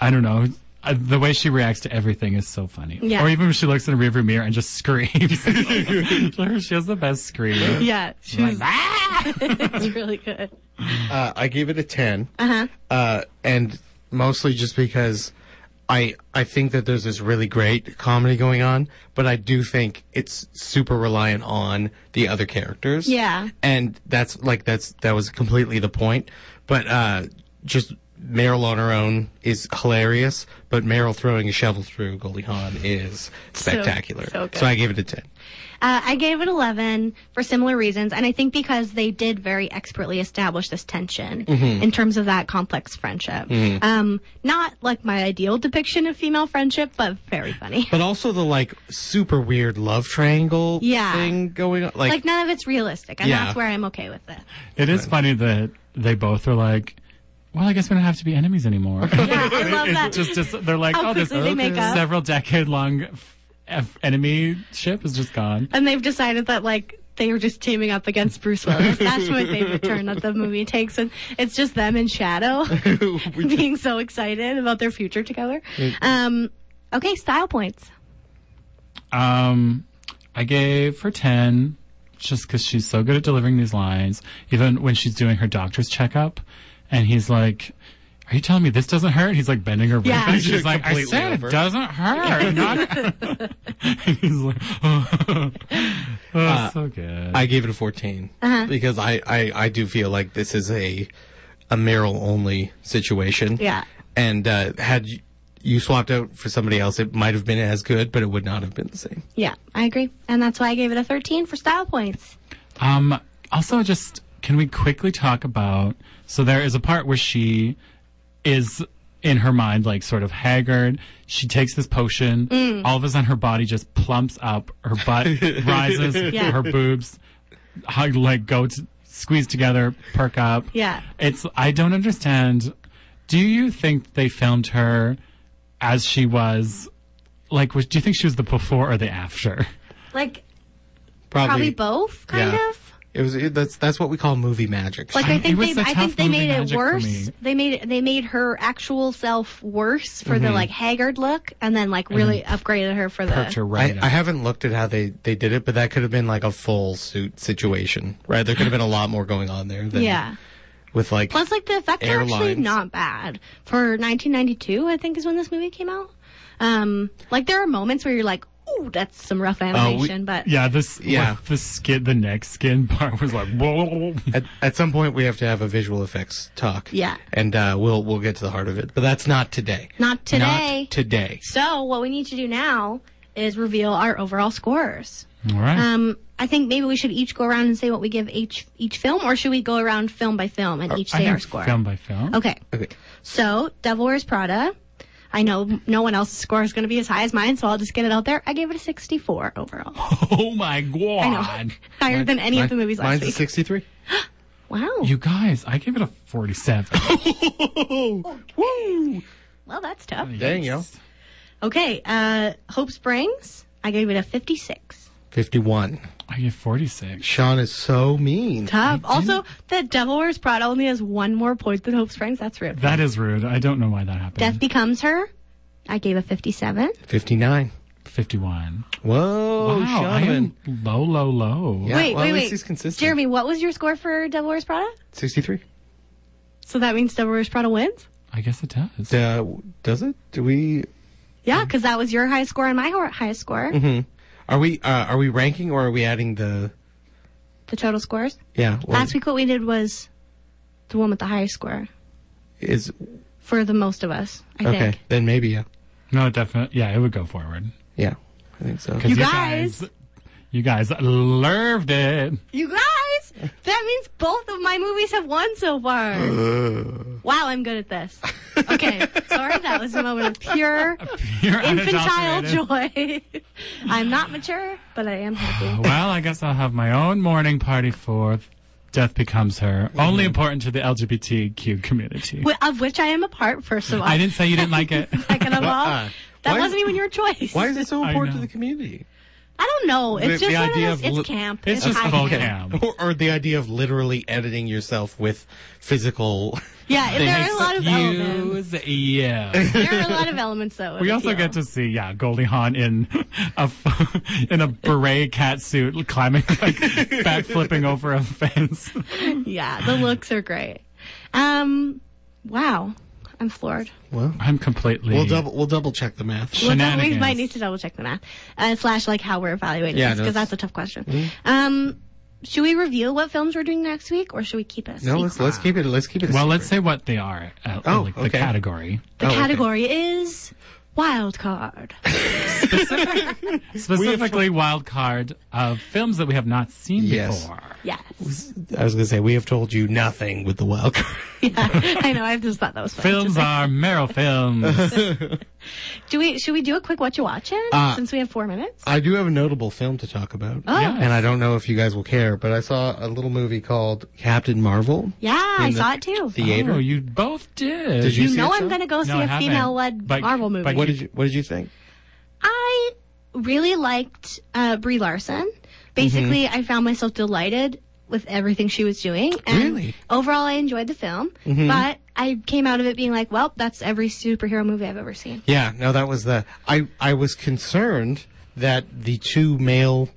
C: i don't know uh, the way she reacts to everything is so funny.
A: Yeah.
C: Or even when she looks in the rearview mirror and just screams. she has the best scream.
A: Yeah, she was, it's really good.
B: Uh, I gave it a 10. Uh-huh. and mostly just because I I think that there's this really great comedy going on, but I do think it's super reliant on the other characters.
A: Yeah.
B: And that's like that's that was completely the point, but uh just Meryl on her own is hilarious, but Meryl throwing a shovel through Goldie Hawn is spectacular.
A: so good.
B: so I gave it a 10.
A: Uh, I gave it 11 for similar reasons, and I think because they did very expertly establish this tension
B: Mm-hmm.
A: in terms of that complex friendship. Um, not like my ideal depiction of female friendship, but very funny.
B: But also the like super weird love triangle
A: Yeah.
B: thing going on.
A: Like none of it's realistic, and
B: Yeah.
A: that's where I'm okay with it.
C: It is funny that they both are like, well, I guess we don't have to be enemies anymore.
A: Yeah, I love that.
C: just, just they're like,
A: How
C: oh, this
A: quickly they make up.
C: several decade long f- f- enemy ship is just gone.
A: and they've decided that like they were just teaming up against Bruce Willis. That's my favorite turn that the movie takes, and it's just them in shadow being so excited about their future together. Um, okay, style points.
C: Um, I gave her ten just because she's so good at delivering these lines, even when she's doing her doctor's checkup, and he's like. Are you telling me this doesn't hurt? He's like bending her
A: Yeah.
C: yeah. and She's like, I
B: Completely
C: said
B: over.
C: it doesn't hurt. Not... he's like, oh, oh
B: Uh,
C: so good.
B: I gave it a 14
A: Uh-huh.
B: because I, I, I do feel like this is a a Meryl only situation.
A: Yeah.
B: And uh, had you, you swapped out for somebody else, it might have been as good, but it would not have been the same.
A: Yeah, I agree. And that's why I gave it a 13 for style points.
C: Um, also, just can we quickly talk about? So there is a part where she is in her mind, like sort of haggard. She takes this potion.
A: Mm.
C: All of a sudden, her body just plumps up. Her butt rises.
A: Yeah.
C: Her boobs, hug, like go to, squeeze together, perk up.
A: Yeah.
C: It's I don't understand. Do you think they filmed her as she was? Like, was, do you think she was the before or the after?
A: Like, probably
B: Probably,
A: both, kind
B: yeah.
A: of.
B: It was it, that's that's what we call movie magic.
A: Like
C: I-
A: I
C: it
A: think
C: was
A: they,
C: the
A: I
C: tough
A: think they made
C: movie
A: it
C: magic for
A: worse.
C: me.
A: They made it, they made her actual self worse for
C: Mm-hmm.
A: the like haggard look, and then like really upgraded her for the.
C: Perked her right
B: I,
C: up.
B: I haven't looked at how they, they did it, but that could have been like a full suit situation, right? There could have been a lot more going on there than
A: Yeah,
B: with like
A: Plus, like the effects are actually
B: Airlines.
A: not bad for 1992. I think is when this movie came out. Um, like there are moments where you're like, "Ooh, that's some rough animation," but
C: Oh, Yeah, this yeah
B: Yeah.
C: the skin the neck skin part was like whoa.
B: at, at some point we have to have a visual effects talk.
A: Yeah.
B: And uh, we'll we'll get to the heart of it, but that's not today.
A: not today.
B: Not today.
A: so what we need to do now is reveal our overall scores.
C: All right.
A: Um, I think maybe we should each go around and say what we give each each film, or should we go around film by film and each
C: Uh, I
A: say our
C: think
A: score?
C: Film by film.
A: Okay.
B: Okay.
A: So, Devil Wears Prada. I know no one else's score is going to be as high as mine, so I'll just get it out there. I gave it a 64 overall.
C: Oh my
A: I know.
C: god.
A: Higher than any of the
B: Mine-
A: movies last
B: Mine's
A: week.
B: a 63.
A: wow.
C: You guys, I gave it a 47.
B: Woo!
A: well, that's tough.
B: Dang, yo.
A: Okay. Uh, Hope Springs. I gave it a 56.
B: 51.
C: I gave 46.
B: Sean is so mean.
A: Tough. Uh, Also, the Devil Wears Prada only has one more point than Hope Springs. That's rude.
C: That is rude. I don't know why that happened.
A: Death Becomes Her. I gave a 57.
B: 59.
C: 51.
B: Whoa,
C: wow, I
B: Sean.
C: am low, low, low.
B: Oh, Yeah,
A: wait,
B: well,
A: wait,
B: at least
A: wait.
B: he's consistent.
A: Jeremy, what was your score for Devil Wears Prada?
B: 63.
A: So that means Devil Wears Prada wins?
C: I guess it does.
B: Uh, does it? Do we?
A: Yeah, because that was your highest score and my ho- highest score.
B: Mm-hmm. Are we? Uh, are we ranking or are we adding the?
A: The total scores.
B: Yeah. well,
A: Last week, what we did was the one with the highest score
B: is
A: for the most of us, I
B: okay.
A: think.
B: Then maybe yeah.
C: No, definitely. Yeah, it would go forward.
B: Yeah, I think so.
C: 'Cause
A: You guys-
C: You guys loved it.
A: You guys, that means both of my movies have won so far. wow, I'm good at this. Okay, sorry, that was a moment of pure
C: You're
A: infantile
C: unadulterated.
A: joy. I'm not mature, but I am happy.
C: Well, I guess I'll have my own morning party for Death Becomes Her. Only
A: Mm-hmm.
C: important to the LGBTQ community.
A: Wh- Of which I am a part, first of all.
C: I didn't say you didn't like it.
A: Second of all,
B: Uh-uh.
A: that
B: Why-
A: wasn't even your choice.
B: Why is it so
C: I
B: important to
C: know.
B: the community?
A: I don't know. It's just
B: The- the
A: one of
B: idea
A: those-
B: of
A: it's
B: li-
A: camp.
C: It's just
A: high
C: full
A: camp.
C: camp.
B: Or, or the idea of literally editing yourself with physical.
A: Yeah, and there are a lot of elements.
C: Use yeah.
A: There are a lot of elements though. of
C: We
A: the
C: also
A: deal.
C: get to see, yeah, Goldie Hawn in a f- in a beret cat suit, climbing like back flipping over a fence.
A: yeah, the looks are great. Um, wow, I'm floored.
B: well,
C: I'm completely.
B: we'll double we'll double check the math.
A: Well, then we
C: Shenanigans.
A: might need to double check the math uh, slash like how we're evaluating
B: Yeah, Mm-hmm.
A: this
B: no,
A: because that's a
B: it's-
A: tough question. Um, should we reveal what films we're doing next week, or should we keep it? a
B: No, let's
A: secret?
B: let's keep it let's keep it. a
C: Well,
B: secret.
C: let's say what they are. Uh,
B: Oh,
C: like the
B: okay.
C: category.
A: The
B: Oh, okay.
A: category is wild card.
C: specifically wild card of films that we have not seen
B: Yes.
C: before.
A: yes,
B: I was gonna say we have told you nothing with the wild card.
A: yeah, I know. I just thought that was funny.
C: Films are Meryl films.
A: Do we? Should we do a quick what you watching
B: Uh,
A: since we have four minutes?
B: I do have a notable film to talk about.
A: Oh.
C: Yeah.
B: And I don't know if you guys will care, but I saw a little movie called Captain Marvel
A: yeah, I
B: in the
A: saw it too.
B: Theater.
C: Oh, you both did.
B: Did
A: you
B: see
A: know
B: it,
A: I'm
B: Sam?
A: going to go see
C: I
A: a
C: haven't,
A: female-led
C: but-
A: Marvel
C: but
A: movie.
B: what did you what did you think?
A: I really liked uh, Brie Larson. Basically,
B: Mm-hmm.
A: I found myself delighted with everything she was doing. And
B: Really? Mm-hmm.
A: Overall, I enjoyed the film, but I came out of it being like, "Well, that's every superhero movie I've ever seen."
B: Yeah, no, that was the I I was concerned that the two male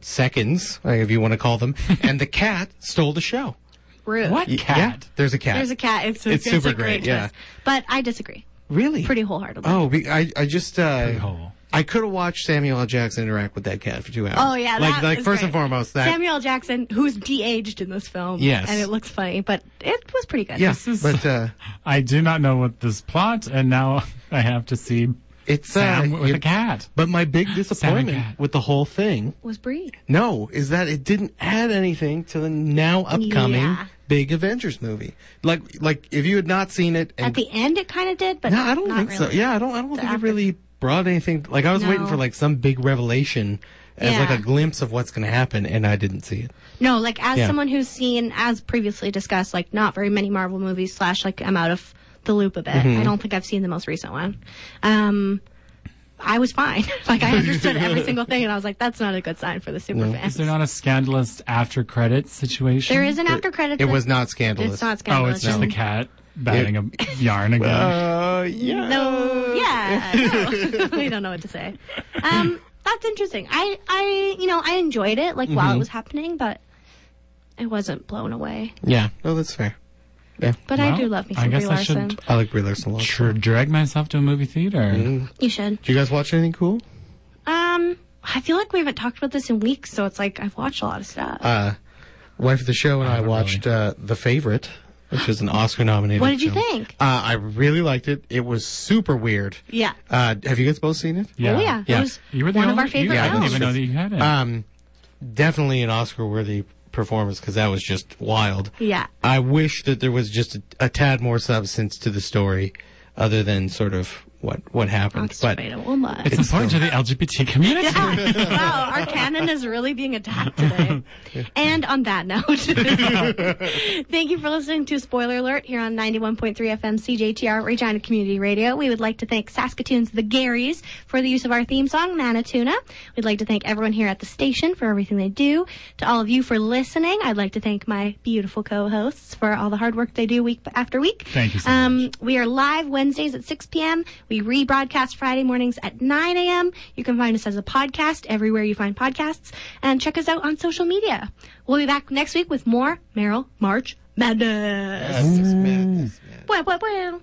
B: seconds, like, if you want to call them, and the cat stole the show.
A: Rude.
C: What
B: Y-
C: cat?
B: Yeah, there's a cat.
A: There's a cat. It's,
B: It's super
A: a great.
B: great, yeah.
A: choice. But I disagree
B: really
A: pretty wholeheartedly.
B: Oh, be- I I just uh,
C: hole.
B: I could have watched Samuel L. Jackson interact with that cat for two hours.
A: Oh, yeah,
B: like
A: that
B: like
A: was
B: first
A: great.
B: and foremost that.
A: Samuel Jackson, who's de-aged in this film,
B: Yes.
A: and it looks funny, but it was pretty good.
B: yeah,
C: is-
B: but uh,
C: I do not know what this plot, and now I have to see
B: it's
C: Sam
B: uh,
C: with
B: you-
C: a cat.
B: But my big disappointment
C: cat.
B: with the whole thing,
A: was Brie.
B: no, is that it didn't add anything to the now upcoming
A: Yeah.
B: big Avengers movie. Like like if you had not seen it and
A: At the end, it kind of did, but
B: No, I don't
A: not
B: think
A: really.
B: so. Yeah, I don't. I don't think
A: after-
B: it really brought anything. Like I was waiting
A: No.
B: for like some big revelation as
A: Yeah.
B: like a glimpse of what's going to happen, and I didn't see it.
A: No, like as
B: Yeah.
A: someone who's seen, as previously discussed, like not very many Marvel movies. Slash, like I'm out of the loop a bit.
B: Mm-hmm.
A: I don't think I've seen the most recent one. Um, I was fine. like I understood every single thing, and I was like, that's not a good sign for the super fans.
C: Is there not a scandalous after credits situation?
A: there is an after credits.
B: It was
A: that's-
B: not scandalous.
A: It's not
C: Oh,
A: scandalous.
C: it's just the cat batting a yarn again.
B: Uh, yeah.
A: No, yeah, no. we don't know what to say. Um, that's interesting. I, I, you know, I
B: Mm-hmm.
A: enjoyed it like while it was happening, but I wasn't blown away.
B: Yeah. No, that's fair. Yeah.
A: But I
C: Well,
A: do love me
C: I
A: some
C: guess
A: Brie
C: I should-
A: Larson.
B: I like Brie Larson a lot.
C: Sure, drag myself to a movie theater.
B: Mm.
A: You should.
B: Do you guys watch anything cool?
A: Um, I feel like we haven't talked about this in weeks, so it's like I've watched a lot of stuff.
B: Uh, wife of the show and I,
C: haven't
B: watched uh, The Favorite, which is an Oscar nominated.
A: What did you think?
B: Uh, I really liked it. It was super weird.
A: yeah.
B: Uh, have you guys both seen it?
A: Oh yeah.
B: Yeah.
A: It was
C: You were the
A: one
C: only,
A: of our favorite
C: you, I
B: Yeah,
C: didn't
A: films.
C: even know that you had it.
B: Um, definitely an Oscar-worthy performance because that was just wild.
A: Yeah.
B: I wish that there was just a, a tad more substance to the story, other than sort of what what happened.
A: That's
B: but
A: right, a woman.
C: it's important to the LGBT community.
A: Yeah. wow, our canon is really being attacked today. And on that note, thank you for listening to Spoiler Alert here on 91.3 FM CJTR Regina Community Radio. We would like to thank Saskatoon's The Garys for the use of our theme song, Manituna. We'd like to thank everyone here at the station for everything they do. To all of you for listening, I'd like to thank my beautiful co-hosts for all the hard work they do week after week.
C: Thank you so
A: um,
C: much.
A: we are live Wednesdays at 6 p.m. We rebroadcast Friday mornings at 9 a.m. You can find us as a podcast everywhere you find podcasts and check us out on social media. We'll be back next week with more Meryl March Madness.
B: Yes, it's mad. It's mad.
A: Wow, wow, wow.